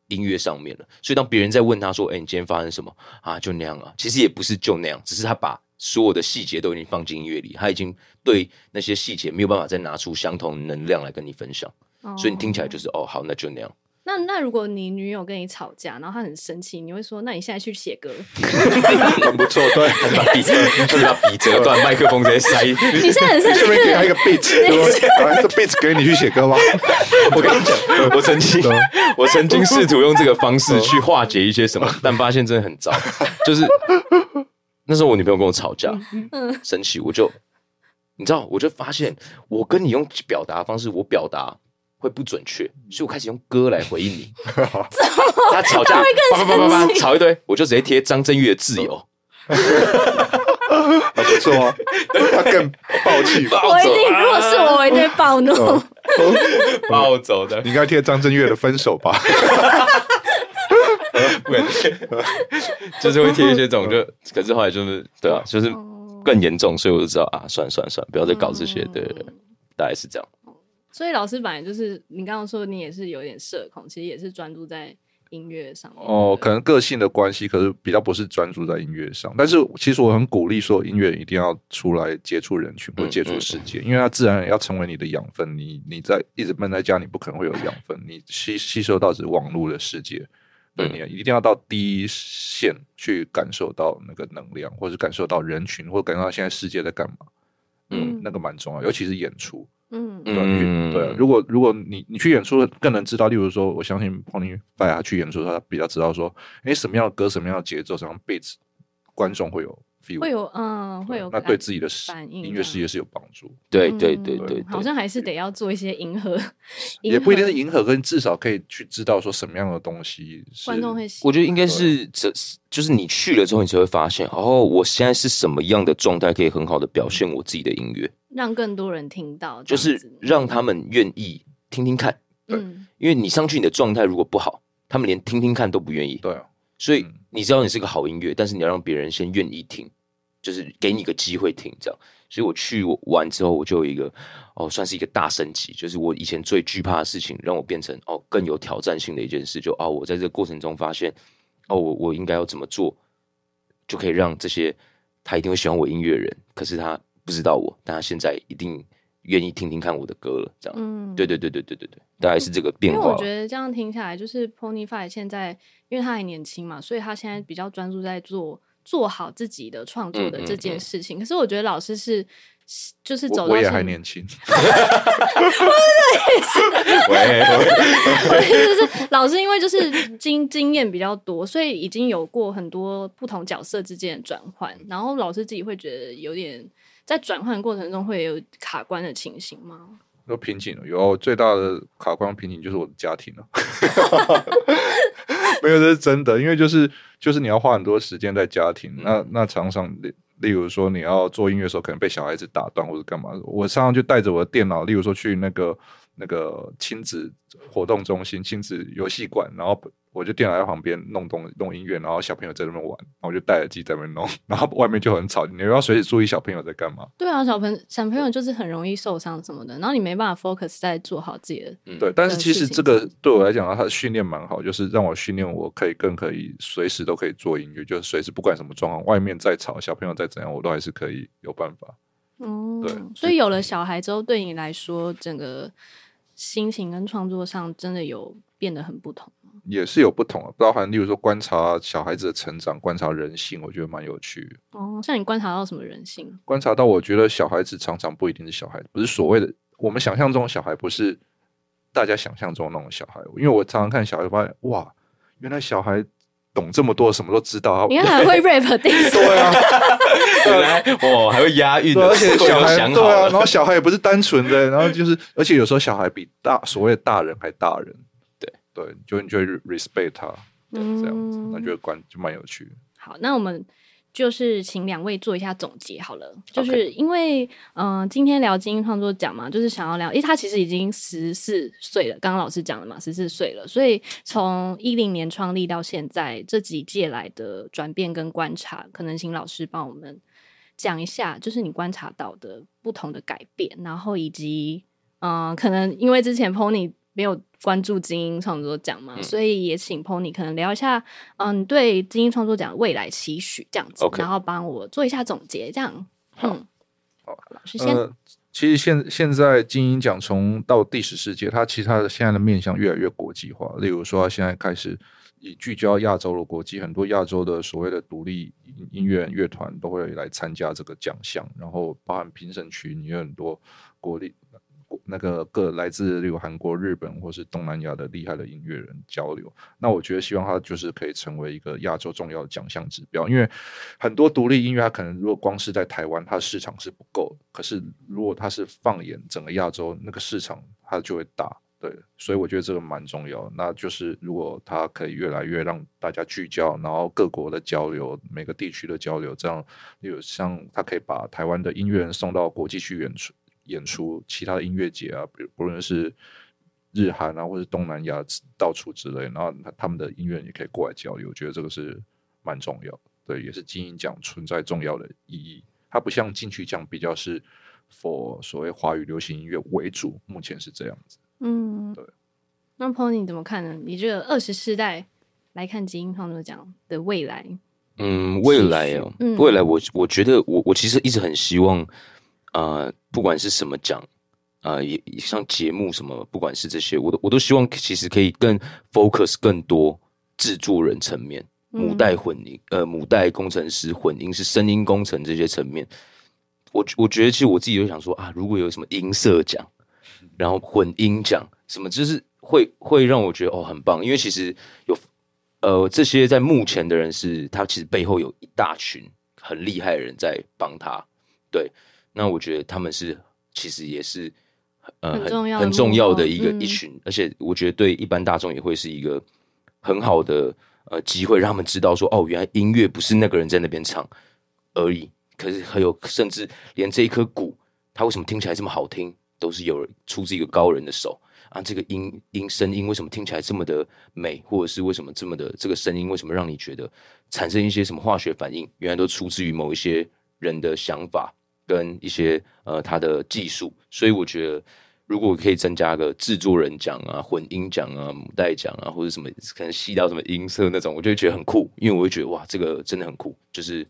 S1: 音乐上面了。所以当别人在问他说，哎，你今天发生什么啊？就那样啊，其实也不是就那样，只是他把。所有的细节都已经放进音乐里，他已经对那些细节没有办法再拿出相同的能量来跟你分享。
S2: 哦
S1: 所以你听起来就是哦，好，那就那样。
S2: 那那如果你女友跟你吵架，然后她很生气，你会说：“那你现在去写 歌，
S3: 很不错，对，
S1: 他就把笔折，他就把笔折断，麦克风直接塞。
S2: 你现在很生气
S3: 顺便给他一个 beat，对不对？把这 beat 给你去写歌吧。
S1: 我跟你讲，我曾经，我曾经试图用这个方式去化解一些什么，但发现真的很糟。就是那时候我女朋友跟我吵架，生气，我就你知道，我就发现我跟你用表达方式，我表达会不准确，所以我开始用歌来回应你。他吵架，叭叭叭叭叭吵一堆，我就直接贴张震岳的《自由》。
S3: 啊，不错啊，他更暴气。
S2: 我一定，如果是我，我一定
S1: 啊
S2: 会暴怒。
S1: 哦暴走的
S3: 你，应该贴张震岳的《分手》吧？
S1: 不然就是会贴一些这种，就可是后来就是对啊，就是更严重，所以我就知道啊，算了算了算了，不要再搞这些，对对对，大概是这样。
S2: 所以老师本来就是你刚刚说你也是有点社恐，其实也是专注在音乐上面。
S3: 哦，
S2: 对
S3: 可能个性的关系，可是比较不是专注在音乐上。但是其实我很鼓励说，音乐一定要出来接触人群或
S1: 嗯
S3: 接触世界，因为它自然也要成为你的养分。你你在一直闷在家，你不可能会有养分，你吸吸收到只是网络的世界。对，
S1: 嗯
S3: 你一定要到第一线去感受到那个能量，或是感受到人群，或感受到现在世界在干嘛。
S1: 嗯
S3: 那个蛮重要，尤其是演出。
S2: 嗯
S1: 嗯
S3: 对啊因为对啊，如果如果你你去演出更能知道，例如说，我相信 Pony 拜他去演出，他比较知道说，哎，什么样的歌，什么样的节奏，什么样的 beat，观众会有 feel，
S2: 会有嗯会有
S3: 那
S2: 感
S3: 对自己的世
S2: 反应
S3: 音乐事业是有帮助，
S1: 对对对对
S2: 嗯
S1: 对，
S2: 好像还是得要做一些迎合，
S3: 也不一定
S2: 迎
S3: 是迎合，跟至少可以去知道说什么样的东西
S2: 合
S3: 是
S2: 观众会喜欢。
S1: 我觉得应该是这，就是你去了之后，你才会发现，哦，我现在是什么样的状态，可以很好的表现我自己的音乐，
S2: 让更多人听到，
S1: 就
S2: 这
S1: 是
S2: 样子
S1: 让他们愿意听听看，
S2: 嗯
S1: 因为你上去你的状态如果不好，他们连听听看都不愿意。
S3: 对啊，
S1: 所以
S3: 嗯
S1: 你知道你是个好音乐，但是你要让别人先愿意听，就是给你个机会听这样。所以我去完之后，我就有一个哦，算是一个大升级，就是我以前最惧怕的事情，让我变成哦更有挑战性的一件事。就哦，我在这个过程中发现，哦，我我应该要怎么做，就可以让这些他一定会喜欢我音乐的人，可是他不知道我，但他现在一定愿意听听看我的歌了。这样，
S2: 嗯
S1: 对对对对对对对，大概是这个变
S2: 因为
S1: 化
S2: 我
S1: 吧。
S2: 觉得这样听下来，就是 Pony Five 现在，因为他还年轻嘛，所以他现在比较专注在做做好自己的创
S3: 嗯
S2: 作的这件事情。可是我觉得老师是是就是
S3: 我
S2: 走到
S3: 我也
S2: 现
S3: 还 年轻，
S1: 喂，
S2: 就是老师因为就是经经验比较多，所以已经有过很多不同角色之间的转换，然后老师自己会觉得有点在转换过程中会有卡关的情形吗？
S3: 都瓶颈了。有啊最大的卡关瓶颈就是我的家庭了、没有，这是真的，因为就是就是你要花很多时间在家庭，那那常常例例如说你要做音乐的时候，可能被小孩子打断或者干嘛，我常常就带着我的电脑，例如说去那个那个亲子活动中心、亲子游戏馆，然后。我就电脑在旁边弄东弄音乐，然后小朋友在那边玩，然后我就戴耳机在那边弄，然后外面就很吵，你要随时注意小朋友在干嘛。
S2: 对啊，小朋小朋友就是很容易受伤什么的，然后你没办法 focus 在做好自己的
S1: 嗯
S3: 对，但
S2: 嗯
S3: 是
S2: 的
S3: 其
S2: 事
S3: 实
S2: 情
S3: 这个对我来讲啊，它的训练蛮好，就是让我训练我可以更可以随时都可以做音乐，就是随时不管什么状况，外面再吵，小朋友再怎样，我都还是可以有办法。
S2: 哦，
S3: 对
S2: 所以有了小孩之后，对你来说，整个心情跟创作上真的有变得很不同。
S3: 也是有不同的，包含例如说观察小孩子的成长，观察人性，我觉得蛮有趣的。
S2: 哦，像你观察到什么人性？
S3: 观察到，我觉得小孩子常常不一定是小孩，不是所谓的我们想象中的小孩，不是大家想象中那种小孩。因为我常常看小孩，发现哇，原来小孩懂这么多，什么都知道。
S2: 你看还会 rap 第四，
S3: 对啊，
S1: 原来哦还会押韵
S3: 对，啊
S1: 的，
S3: 而且
S1: 我
S3: 小
S1: 有
S3: 孩
S1: 想
S3: 对
S1: 好
S3: 啊，
S1: 了
S3: 然后小孩也不是单纯的，然后就是，而且有时候小孩比大所谓的大人还大人，
S1: 对
S3: 对，就你就会 respect 他，对，这样子，那
S2: 嗯
S3: 觉得关就蛮有趣的。
S2: 好，那我们就是请两位做一下总结好了。就是因为嗯、呃今天聊精英创作奖嘛，就是想要聊，因为他其实已经十四岁了，刚刚老师讲了嘛，十四岁了，所以从一零年创立到现在这几届来的转变跟观察，可能请老师帮我们讲一下，就是你观察到的不同的改变，然后以及嗯、呃可能因为之前 Pony 没有关注精英创作奖嘛，
S1: 嗯
S2: 所以也请 Pony 可能聊一下。嗯，你对精英创作奖未来期许这样子
S1: OK
S2: 然后帮我做一下总结，这样。嗯，
S3: 好，
S2: 老师先，
S3: 呃，其实现现在金鹰奖从到第十世界，它其实它的现在的面向越来越国际化。例如说，它现在开始以聚焦亚洲的国际，很多亚洲的所谓的独立音音乐乐团都会来参加这个奖项，然后包含评审群也有很多国立。国那个各来自例如韩国、日本或是东南亚的厉害的音乐人交流，那我觉得希望它就是可以成为一个亚洲重要的奖项指标，因为很多独立音乐它可能如果光是在台湾，它的市场是不够的，可是如果它是放眼整个亚洲，那个市场它就会大。对，所以我觉得这个蛮重要的。那就是如果它可以越来越让大家聚焦，然后各国的交流，每个地区的交流，这样，例如像它可以把台湾的音乐人送到国际去演出，演出其他的音乐节啊，比如不论是日韩啊，或是东南亚到处之类，然后他他们的音乐人也可以过来交流，我觉得这个是蛮重要的。对，也是金鹰奖存在重要的意义。它不像金曲奖比较是 for 所谓华语流行音乐为主，目前是这样子。
S2: 嗯
S3: 对，
S2: 那 Pony 你怎么看呢？你这个二十世代来看精英创作奖的未来，
S1: 嗯，未来哦，
S2: 嗯
S1: 未来我我觉得我我其实一直很希望，呃，不管是什么奖，呃，也也像节目什么，不管是这些，我都我都希望其实可以更 focus 更多制作人层面，
S2: 嗯
S1: 母带混音，呃，母带工程师、混音是声音工程这些层面，我我觉得其实我自己就想说啊，如果有什么音色奖，然后混音奖什么，就是会会让我觉得哦很棒，因为其实有呃这些在幕前的人是他其实背后有一大群很厉害的人在帮他，对，那我觉得他们是其实也是呃
S2: 很重要的
S1: 很重要的
S2: 幕后
S1: 一个、
S2: 嗯
S1: 一群，而且我觉得对一般大众也会是一个很好的呃机会，让他们知道说哦原来音乐不是那个人在那边唱而已，可是还有甚至连这一颗鼓它为什么听起来这么好听，都是有人出自一个高人的手。啊，这个音音声音为什么听起来这么的美，或者是为什么这么的这个声音为什么让你觉得产生一些什么化学反应，原来都出自于某一些人的想法跟一些呃他的技术，所以我觉得。如果可以增加个制作人奖啊、混音奖啊、母带奖啊，或者什么可能细到什么音色那种，我就会觉得很酷，因为我会觉得哇，这个真的很酷，就是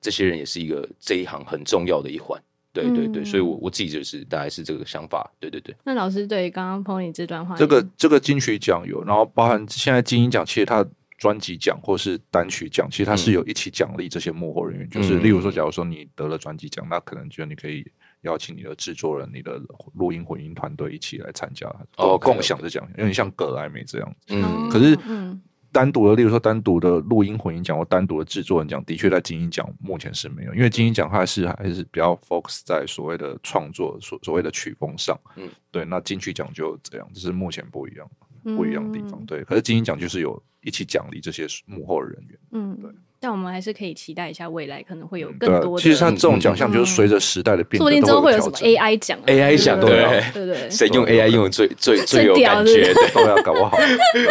S1: 这些人也是一个这一行很重要的一环，对对对，
S2: 嗯
S1: 所以我我自己就是大概是这个想法，对对对。
S2: 那老师对于刚刚 Pony 这段话，
S3: 这个这个金曲奖有，然后包含现在金鹰奖，其实它专辑奖或是单曲奖，其实它是有一起奖励这些幕后人员。就是
S1: 嗯
S3: 例如说，假如说你得了专辑奖，那可能就你可以邀请你的制作人、你的录音混音团队一起来参加，共
S1: OK，OK
S3: 共享这奖，有点像葛莱美这样。
S2: 哦
S1: 嗯，
S3: 可是
S2: 嗯
S3: 单独的，例如说单独的录音混音奖或单独的制作人奖，的确在金鹰奖目前是没有，因为金鹰奖它还是还是比较 focus 在所谓的创作、所所谓的曲风上。
S1: 嗯，
S3: 对，那金曲奖就这样，这是目前不一样
S2: 嗯
S3: 不一样的地方。对，可是金鹰奖就是有一起奖励这些幕后人员。
S2: 嗯，
S3: 对
S2: 嗯但我们还是可以期待一下未来可能会有
S3: 对
S2: 更
S3: 啊
S2: 多的，
S3: 其实它这种奖项就是随着时代的变
S2: 说不
S3: 革，
S2: 定之后
S3: 都
S2: 会有
S3: 调
S2: 什么
S3: 整
S2: AI 奖啊
S1: AI 奖
S2: 对
S1: 对
S2: 对 对。
S1: 谁用 AI 用的最最
S2: 最
S1: 最有
S2: 屌
S1: 感
S2: 是不
S1: 觉
S2: 是
S1: 的？
S3: 都要搞不 好。对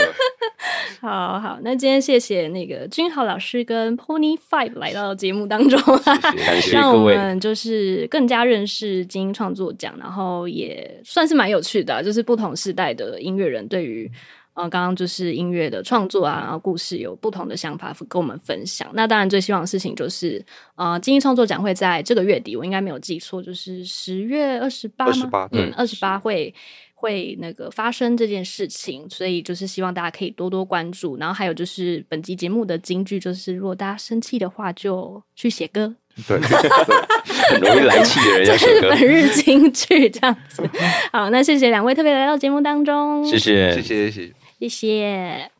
S2: 好好，那今天谢谢那个君豪老师跟 Pony Five 来到节目当中、
S1: 谢感 谢
S2: 让
S1: 各
S2: 我
S1: 位。
S2: 们就是更加认识精英创作奖，然后也算是蛮有趣的啊、就是不同时代的音乐人对于呃刚刚就是音乐的创作啊，然后故事有不同的想法跟我们分享。那当然最希望的事情就是呃精英创作奖会在这个月底，我应该没有记错，就是十月二十八
S3: 二十八，对
S1: 嗯，
S2: 二十八会会那个发生这件事情，所以就是希望大家可以多多关注。然后还有就是本 集节目的金句就是，如果大家生气的话，就去写歌。
S3: 对，对
S1: 很容易来气的人要
S2: 这
S1: 写
S2: 是
S1: 歌
S2: 本。日金句这样子。好，那谢谢两位特别来到节目当中，
S1: 谢谢，
S3: 谢谢谢谢。
S2: 谢谢。